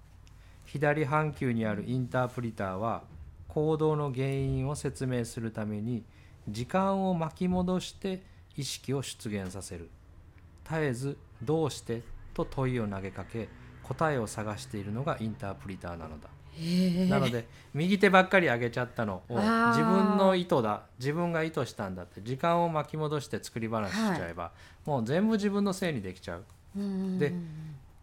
[SPEAKER 2] 左半球にあるインタープリターは行動の原因を説明するために時間を巻き戻して意識を出現させる絶えず「どうして?」と問いを投げかけ答えを探しているのがインタープリターなのだ
[SPEAKER 1] へえ
[SPEAKER 2] なので右手ばっかり上げちゃったのを
[SPEAKER 1] あー
[SPEAKER 2] 自分の意図だ自分が意図したんだって時間を巻き戻して作り話しちゃえば、もう全部自分のせいにできちゃう
[SPEAKER 1] うん
[SPEAKER 2] で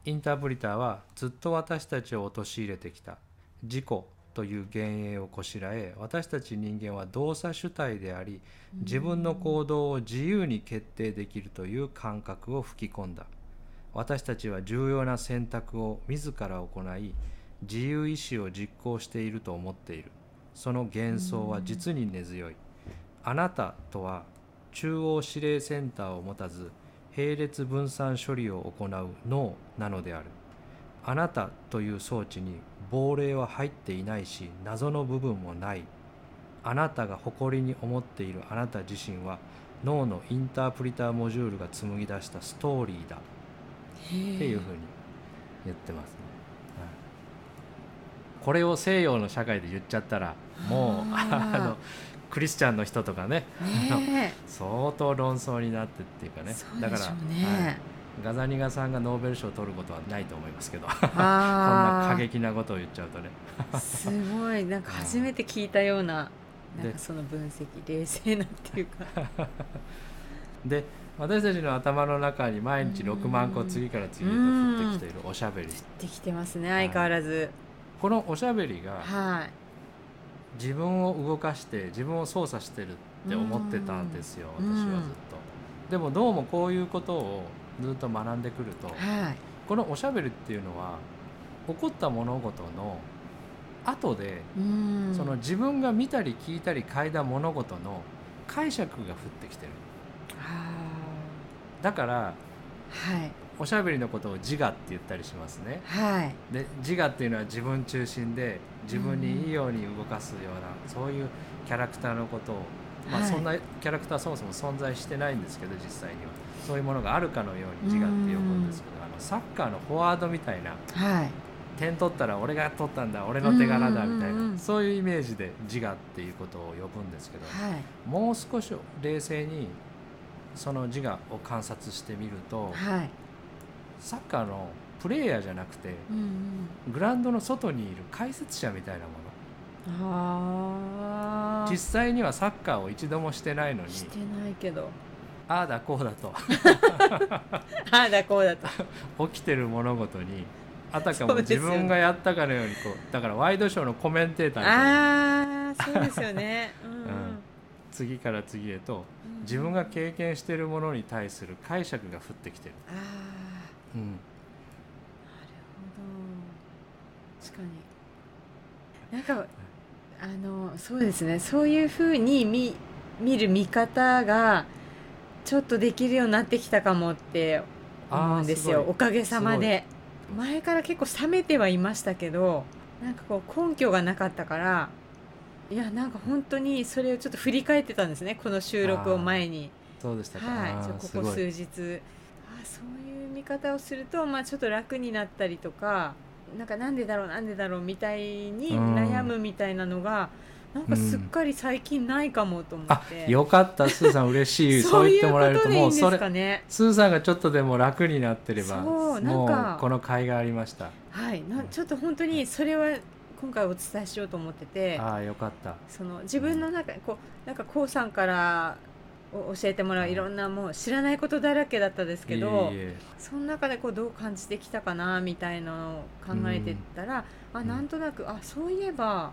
[SPEAKER 2] インタープリターはずっと私たちを陥れてきた自己という幻影をこしらえ私たち人間は動作主体であり自分の行動を自由に決定できるという感覚を吹き込んだ私たちは重要な選択を自ら行い自由意志を実行していると思っているその幻想は実に根強いあなたとは中央指令センターを持たず並列分散処理を行う脳なのであるあなたという装置に亡霊は入っていないし謎の部分もないあなたが誇りに思っているあなた自身は脳のインタープリターモジュールが紡ぎ出したストーリーだっていうふうに言ってますね、はいこれを西洋の社会で言っちゃったらもう
[SPEAKER 1] あ
[SPEAKER 2] あ
[SPEAKER 1] ー
[SPEAKER 2] のクリスチャンの人とかね
[SPEAKER 1] ね
[SPEAKER 2] 相当論争になってっていうか
[SPEAKER 1] え、
[SPEAKER 2] ね
[SPEAKER 1] そう
[SPEAKER 2] だ
[SPEAKER 1] で
[SPEAKER 2] か
[SPEAKER 1] しょ
[SPEAKER 2] ら、
[SPEAKER 1] うね、
[SPEAKER 2] はいガザニガさんがノーベル賞を取ることはないと思いますけどこんな過
[SPEAKER 1] あ
[SPEAKER 2] 激なことを言っちゃうとね
[SPEAKER 1] あすごいなんか初めて聞いたようななん
[SPEAKER 2] で
[SPEAKER 1] かその分析冷静なっていうか
[SPEAKER 2] で私たちの頭の中に毎日6万個
[SPEAKER 1] うん
[SPEAKER 2] 次から次へと降ってきているおしゃべり
[SPEAKER 1] できてますね相変わらず
[SPEAKER 2] このおしゃべりが
[SPEAKER 1] はい
[SPEAKER 2] 自分を動かして自分を操作してるって思ってたんですよ私
[SPEAKER 1] うん
[SPEAKER 2] はずっとでもどうもこういうことをずっと学んでくると
[SPEAKER 1] はい
[SPEAKER 2] このおしゃべりっていうのは起こった物事の後で
[SPEAKER 1] うん
[SPEAKER 2] その自分が見たり聞いたり嗅いだ物事の解釈が降ってきてる
[SPEAKER 1] あ
[SPEAKER 2] だから
[SPEAKER 1] ーはい
[SPEAKER 2] おしゃべりのことを自我って言ったりしますね
[SPEAKER 1] はい
[SPEAKER 2] で自我っていうのは自分中心で自分にいいように動かすようなそういうキャラクターのことを、まあ、
[SPEAKER 1] はい
[SPEAKER 2] そんなキャラクターはそもそも存在してないんですけど実際にはそういうものがあるかのように自我って呼ぶんですけどあのサッカーのフォワードみたいな
[SPEAKER 1] はい
[SPEAKER 2] 点取ったら俺が取ったんだ俺の手柄だみたい
[SPEAKER 1] うんうんうん
[SPEAKER 2] なそういうイメージで自我っていうことを呼ぶんですけど
[SPEAKER 1] はい
[SPEAKER 2] もう少し冷静にその自我を観察してみると
[SPEAKER 1] はい
[SPEAKER 2] サッカーのプレイヤーじゃなくて
[SPEAKER 1] うん
[SPEAKER 2] グラウンドの外にいる解説者みたいなも
[SPEAKER 1] うんあ
[SPEAKER 2] の
[SPEAKER 1] あ
[SPEAKER 2] 実際にはサッカーを一度もしてないのに
[SPEAKER 1] してないけど
[SPEAKER 2] ああだこうだと
[SPEAKER 1] ああだこうだと
[SPEAKER 2] 起きてる物事にあたかも
[SPEAKER 1] そうです
[SPEAKER 2] 自
[SPEAKER 1] よね
[SPEAKER 2] 分がやったかのようにこうだからワイドショーのコメンテーターみたいに
[SPEAKER 1] ああそうですよねうん、
[SPEAKER 2] うん次から次へと自分が経験しているものに対する解釈が降ってきてる。
[SPEAKER 1] ああ
[SPEAKER 2] うん
[SPEAKER 1] なるほど確かになんかあのそうですねそういうふうに見見る見方がちょっとできるようになってきたかもって思うんですよおかげさまで前から結構冷めてはいましたけどなんかこう根拠がなかったからいやなんか本当にそれをちょっと振り返ってたんですねこの収録を前に。
[SPEAKER 2] そうでしたか。
[SPEAKER 1] はい、
[SPEAKER 2] あ
[SPEAKER 1] ちょ
[SPEAKER 2] ー
[SPEAKER 1] こ
[SPEAKER 2] す
[SPEAKER 1] こ
[SPEAKER 2] ごい
[SPEAKER 1] 数日あーそういう見方をすると、まあ、ちょっと楽になったりとかなんかなんでだろうなんでだろうみたいに
[SPEAKER 2] うん
[SPEAKER 1] 悩むみたいなのが、なんかすっかり最近ないかもと思
[SPEAKER 2] あ
[SPEAKER 1] って、
[SPEAKER 2] よかったスーさん嬉しい
[SPEAKER 1] そ
[SPEAKER 2] そうう言
[SPEAKER 1] い
[SPEAKER 2] っ
[SPEAKER 1] う
[SPEAKER 2] てもらえる
[SPEAKER 1] こととでいい
[SPEAKER 2] も
[SPEAKER 1] ん
[SPEAKER 2] う
[SPEAKER 1] で
[SPEAKER 2] そ
[SPEAKER 1] す
[SPEAKER 2] れ
[SPEAKER 1] かね
[SPEAKER 2] スーさんがちょっとでも楽になってれば
[SPEAKER 1] そうなん
[SPEAKER 2] も
[SPEAKER 1] か
[SPEAKER 2] うこの甲斐がありました
[SPEAKER 1] はいなちょっと本当にそれは今回お伝えしようと思ってて
[SPEAKER 2] ああよかった
[SPEAKER 1] その自分の中こうなんか k o さんからお教えてもらういろんなもう知らないことだらけだったですけど。
[SPEAKER 2] いえいえ
[SPEAKER 1] その中でこうどう感じてきたかなみたいなのを考えてったら、あ
[SPEAKER 2] うん
[SPEAKER 1] なんとなくあそういえば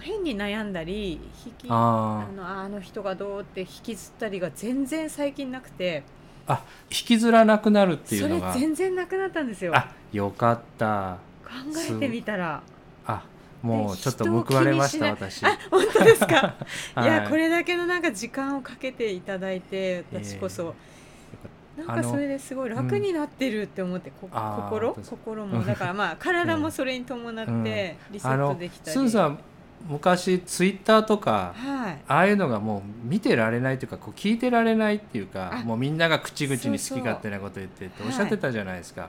[SPEAKER 1] 変に悩んだり引きあ
[SPEAKER 2] あ
[SPEAKER 1] のああの人がどうって引きずったりが全然最近なくて
[SPEAKER 2] ああ引きずらなくなるってい
[SPEAKER 1] そうれ
[SPEAKER 2] のが
[SPEAKER 1] 全然なくなったんですよ
[SPEAKER 2] あよかった
[SPEAKER 1] 考えてみたら
[SPEAKER 2] あもう
[SPEAKER 1] で
[SPEAKER 2] ちょっと報われました
[SPEAKER 1] 人を
[SPEAKER 2] 私
[SPEAKER 1] あ本当です かい
[SPEAKER 2] は
[SPEAKER 1] やこれだけのなんか時間をかけていただいて私こそ、なん
[SPEAKER 2] あ
[SPEAKER 1] か
[SPEAKER 2] の
[SPEAKER 1] それですごい楽になってるって思って、こ
[SPEAKER 2] あー
[SPEAKER 1] 心
[SPEAKER 2] 確かに
[SPEAKER 1] 心もだからまあ体もそれに伴ってリセ
[SPEAKER 2] あ
[SPEAKER 1] ッ
[SPEAKER 2] の
[SPEAKER 1] トできたり、
[SPEAKER 2] スーさん昔ツイッターとか
[SPEAKER 1] はい
[SPEAKER 2] ああいうのがもう見てられないというかこう聞いてられないっていうか
[SPEAKER 1] あ
[SPEAKER 2] もうみんなが口々に
[SPEAKER 1] そ
[SPEAKER 2] 好
[SPEAKER 1] うそう
[SPEAKER 2] き勝手なこと言ってって
[SPEAKER 1] はい
[SPEAKER 2] おっしゃってたじゃないですか、
[SPEAKER 1] は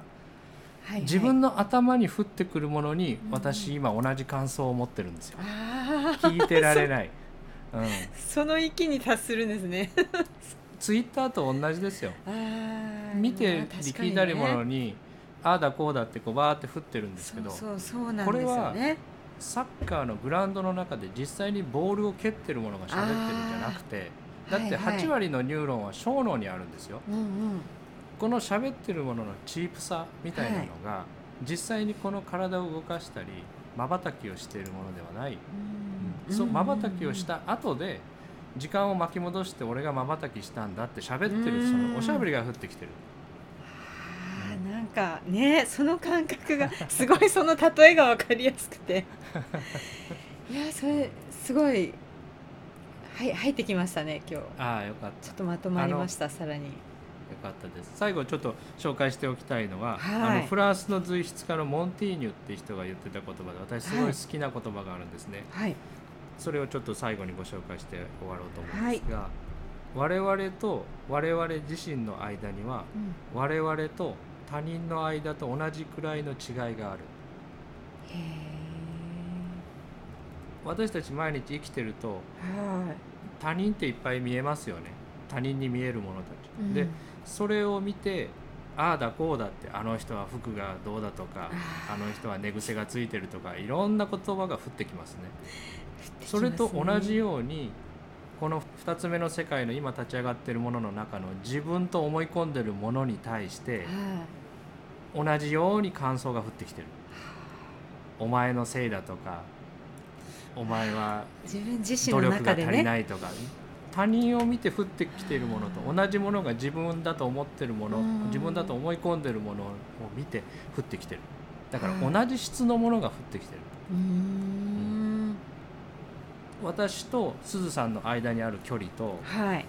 [SPEAKER 1] いはい、
[SPEAKER 2] 自分の頭に降ってくるものに
[SPEAKER 1] うん
[SPEAKER 2] 私今同じ感想を持ってるんです よ
[SPEAKER 1] ああ
[SPEAKER 2] 聞いてられない、うん、
[SPEAKER 1] その域に達するんですね
[SPEAKER 2] ツイッターと同じですよ
[SPEAKER 1] あー
[SPEAKER 2] 見て
[SPEAKER 1] まあ
[SPEAKER 2] り
[SPEAKER 1] 確か
[SPEAKER 2] 聞
[SPEAKER 1] に
[SPEAKER 2] いたりもの
[SPEAKER 1] ね
[SPEAKER 2] にああだこうだってこうバーって降ってるんです
[SPEAKER 1] そ
[SPEAKER 2] け
[SPEAKER 1] う
[SPEAKER 2] ど
[SPEAKER 1] そうそうなん
[SPEAKER 2] こ
[SPEAKER 1] で
[SPEAKER 2] れ
[SPEAKER 1] すよ
[SPEAKER 2] は
[SPEAKER 1] ね
[SPEAKER 2] サッカーのグラウンドの中で実際にボールを蹴ってるものが喋ってるんじゃなくて
[SPEAKER 1] あー
[SPEAKER 2] だって
[SPEAKER 1] はいはい
[SPEAKER 2] 8割のニューロンは小脳にあるんですよ、
[SPEAKER 1] うんうん
[SPEAKER 2] この喋ってるもののチープさみたいなのが、実際にこの体を動かしたりまばたきをしているものではない
[SPEAKER 1] うん
[SPEAKER 2] そうまばたきをした後で時間を巻き戻して俺がまばたきしたんだって喋って
[SPEAKER 1] う
[SPEAKER 2] る
[SPEAKER 1] ん
[SPEAKER 2] そのおしゃべりが降ってきてる
[SPEAKER 1] あーなんかねその感覚がすごいその例えが分かりやすく ていやそれすごいはい入ってきましたね今日
[SPEAKER 2] ああよかっ
[SPEAKER 1] ち
[SPEAKER 2] た
[SPEAKER 1] ょっとまとまりましたさらに
[SPEAKER 2] よかったです最後ちょっと紹介しておきたいのは、
[SPEAKER 1] はい
[SPEAKER 2] あのフランスの随筆家のモンティーニュって人が言ってた言葉で私すごい好きな言葉があるんですね、
[SPEAKER 1] はい
[SPEAKER 2] それをちょっと最後にご紹介して終わろうと思うんですが、我々と我々自身の間には
[SPEAKER 1] うん
[SPEAKER 2] 我々と他人の間と同じくらいの違いがある
[SPEAKER 1] へえ
[SPEAKER 2] 私たち毎日生きてると
[SPEAKER 1] は
[SPEAKER 2] 他人っていっぱい見えますよね他人に見えるものたち、
[SPEAKER 1] いうん
[SPEAKER 2] でそれを見てああだこうだってあの人は服がどうだとか
[SPEAKER 1] あー
[SPEAKER 2] あの人は寝癖がついてるとかいろんな言葉が降ってきますね
[SPEAKER 1] 降ってきますね
[SPEAKER 2] それと同じようにこの2つ目の世界の今立ち上がっているものの中の自分と思い込んでるものに対して
[SPEAKER 1] は
[SPEAKER 2] 同じように感想が降ってきてるお前のせいだとかお前はい
[SPEAKER 1] 自分自身
[SPEAKER 2] 努
[SPEAKER 1] の中
[SPEAKER 2] 力が
[SPEAKER 1] で
[SPEAKER 2] 足り
[SPEAKER 1] ね
[SPEAKER 2] ないとか、他人を見て降ってきているものと同じものが自分だと思ってるもの
[SPEAKER 1] うん
[SPEAKER 2] 自分だと思い込んでるものを見て降ってきてるだか
[SPEAKER 1] はい
[SPEAKER 2] ら同じ質のものが降ってきてる
[SPEAKER 1] うーん
[SPEAKER 2] 私とすずさんの間にある距離と
[SPEAKER 1] はい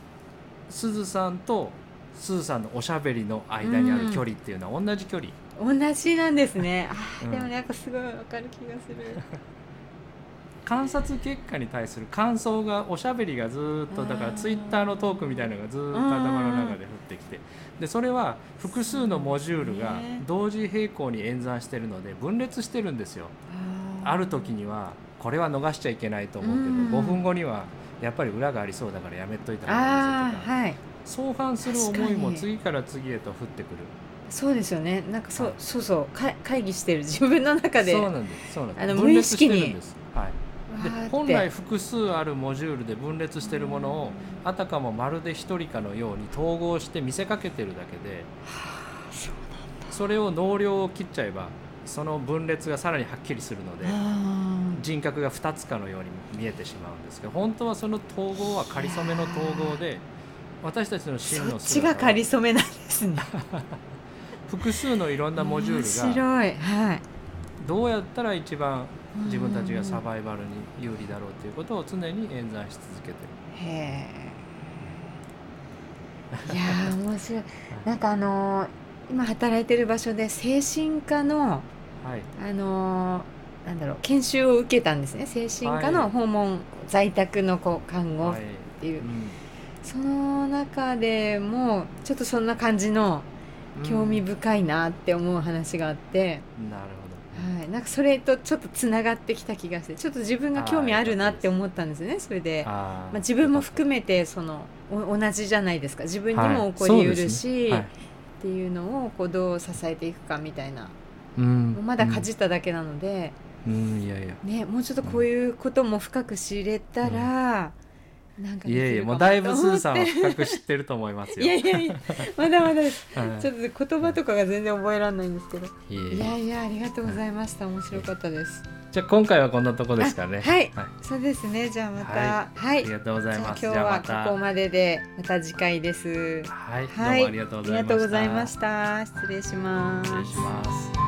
[SPEAKER 2] すずさんとすずさんのおしゃべりの間にある距離っていうのは同じ距離、
[SPEAKER 1] 同じなんです ねあー
[SPEAKER 2] うん
[SPEAKER 1] でもなんかすごいわかる気がする
[SPEAKER 2] 観察結果に対する感想がおしゃべりがずーっとだか
[SPEAKER 1] う
[SPEAKER 2] ら
[SPEAKER 1] ん
[SPEAKER 2] ツイッターのトークみたいなのがずーっと頭の中で降ってきてでそれは複数のモジュールが
[SPEAKER 1] そうね
[SPEAKER 2] 同時並行に演算してるので分裂してるんですよ。 ある時にはこれは逃しちゃいけないと思うけど
[SPEAKER 1] うん
[SPEAKER 2] 5分後にはやっぱり裏がありそうだからやめといた方がいい
[SPEAKER 1] あ
[SPEAKER 2] ぜと
[SPEAKER 1] あ
[SPEAKER 2] か
[SPEAKER 1] はい
[SPEAKER 2] 相反する思い
[SPEAKER 1] 確か
[SPEAKER 2] も
[SPEAKER 1] に
[SPEAKER 2] 次から次へと降ってくる。
[SPEAKER 1] そうですよねなんかそう
[SPEAKER 2] はい
[SPEAKER 1] そうそうか会議してる自分の中で
[SPEAKER 2] そうなんですそうなんです
[SPEAKER 1] あの
[SPEAKER 2] 分裂してる
[SPEAKER 1] 無意識に
[SPEAKER 2] んですはいで
[SPEAKER 1] わーって
[SPEAKER 2] 本来複数あるモジュールで分裂してるもの
[SPEAKER 1] う
[SPEAKER 2] を
[SPEAKER 1] ん
[SPEAKER 2] あたかもまるで一人かのように統合して見せかけてるだけで
[SPEAKER 1] そう
[SPEAKER 2] それを能量を切っちゃえばその分裂がさらにはっきりするので
[SPEAKER 1] あ
[SPEAKER 2] 人格が2つかのように見えてしまうんですけど本当はその統合は仮初めの統合で私たちの
[SPEAKER 1] ー
[SPEAKER 2] 真
[SPEAKER 1] そ
[SPEAKER 2] の
[SPEAKER 1] っちが
[SPEAKER 2] 姿は
[SPEAKER 1] 仮初めなんですね。
[SPEAKER 2] 複数のいろんなモジュー
[SPEAKER 1] 面
[SPEAKER 2] ルが
[SPEAKER 1] 白い、はい、
[SPEAKER 2] どうやったら一番自分たちがサバイバルに有利だろうということを常に演算し続けてる。
[SPEAKER 1] へえ。いやー面白い。なんかあのー今働いてる場所で精神科の
[SPEAKER 2] はい
[SPEAKER 1] あのーなんだろう研修を受けたんですね。精神科
[SPEAKER 2] は
[SPEAKER 1] の
[SPEAKER 2] い
[SPEAKER 1] 訪問、在宅のこう看護っ
[SPEAKER 2] はい
[SPEAKER 1] ていう、
[SPEAKER 2] うん
[SPEAKER 1] その中でもちょっとそんな感じの興味深いなって思う話があって、
[SPEAKER 2] うんなる
[SPEAKER 1] はい、なんかそれとちょっとつながってきた気がしてちょっと自分が興味あるなって思ったんですねそれで
[SPEAKER 2] ほど。あ
[SPEAKER 1] まあ、自分も含
[SPEAKER 2] め
[SPEAKER 1] めてそのお同じじゃないですか自分にも起こりうるし、っていうのをこうどう支えていくかみたいなまだかじっただけなので、
[SPEAKER 2] うん、いやいや
[SPEAKER 1] ね、もうちょっとこういうことも深く知れたら、なんかできるか
[SPEAKER 2] いやいやもうだいぶスーさんは
[SPEAKER 1] と思っ
[SPEAKER 2] 深く知ってると思います
[SPEAKER 1] て
[SPEAKER 2] よ。
[SPEAKER 1] いやいやいやま だまだです
[SPEAKER 2] は い
[SPEAKER 1] ちょっと言葉とかが全然覚えられないんですけど
[SPEAKER 2] いや
[SPEAKER 1] い
[SPEAKER 2] いや
[SPEAKER 1] やいやありがとうございました面白かったです
[SPEAKER 2] じゃあ今回はこんなとこですかね。
[SPEAKER 1] はいそうですねじゃあまた
[SPEAKER 2] は
[SPEAKER 1] は
[SPEAKER 2] あ
[SPEAKER 1] い、
[SPEAKER 2] りがとうございます。
[SPEAKER 1] じゃあ
[SPEAKER 2] じゃ
[SPEAKER 1] 今
[SPEAKER 2] あま
[SPEAKER 1] 日
[SPEAKER 2] た
[SPEAKER 1] はここまででまた次回です
[SPEAKER 2] はい、どう
[SPEAKER 1] はい
[SPEAKER 2] もありがとう
[SPEAKER 1] あ
[SPEAKER 2] ご
[SPEAKER 1] り
[SPEAKER 2] ざい
[SPEAKER 1] が
[SPEAKER 2] ました。
[SPEAKER 1] とうございました失礼します
[SPEAKER 2] 失礼します。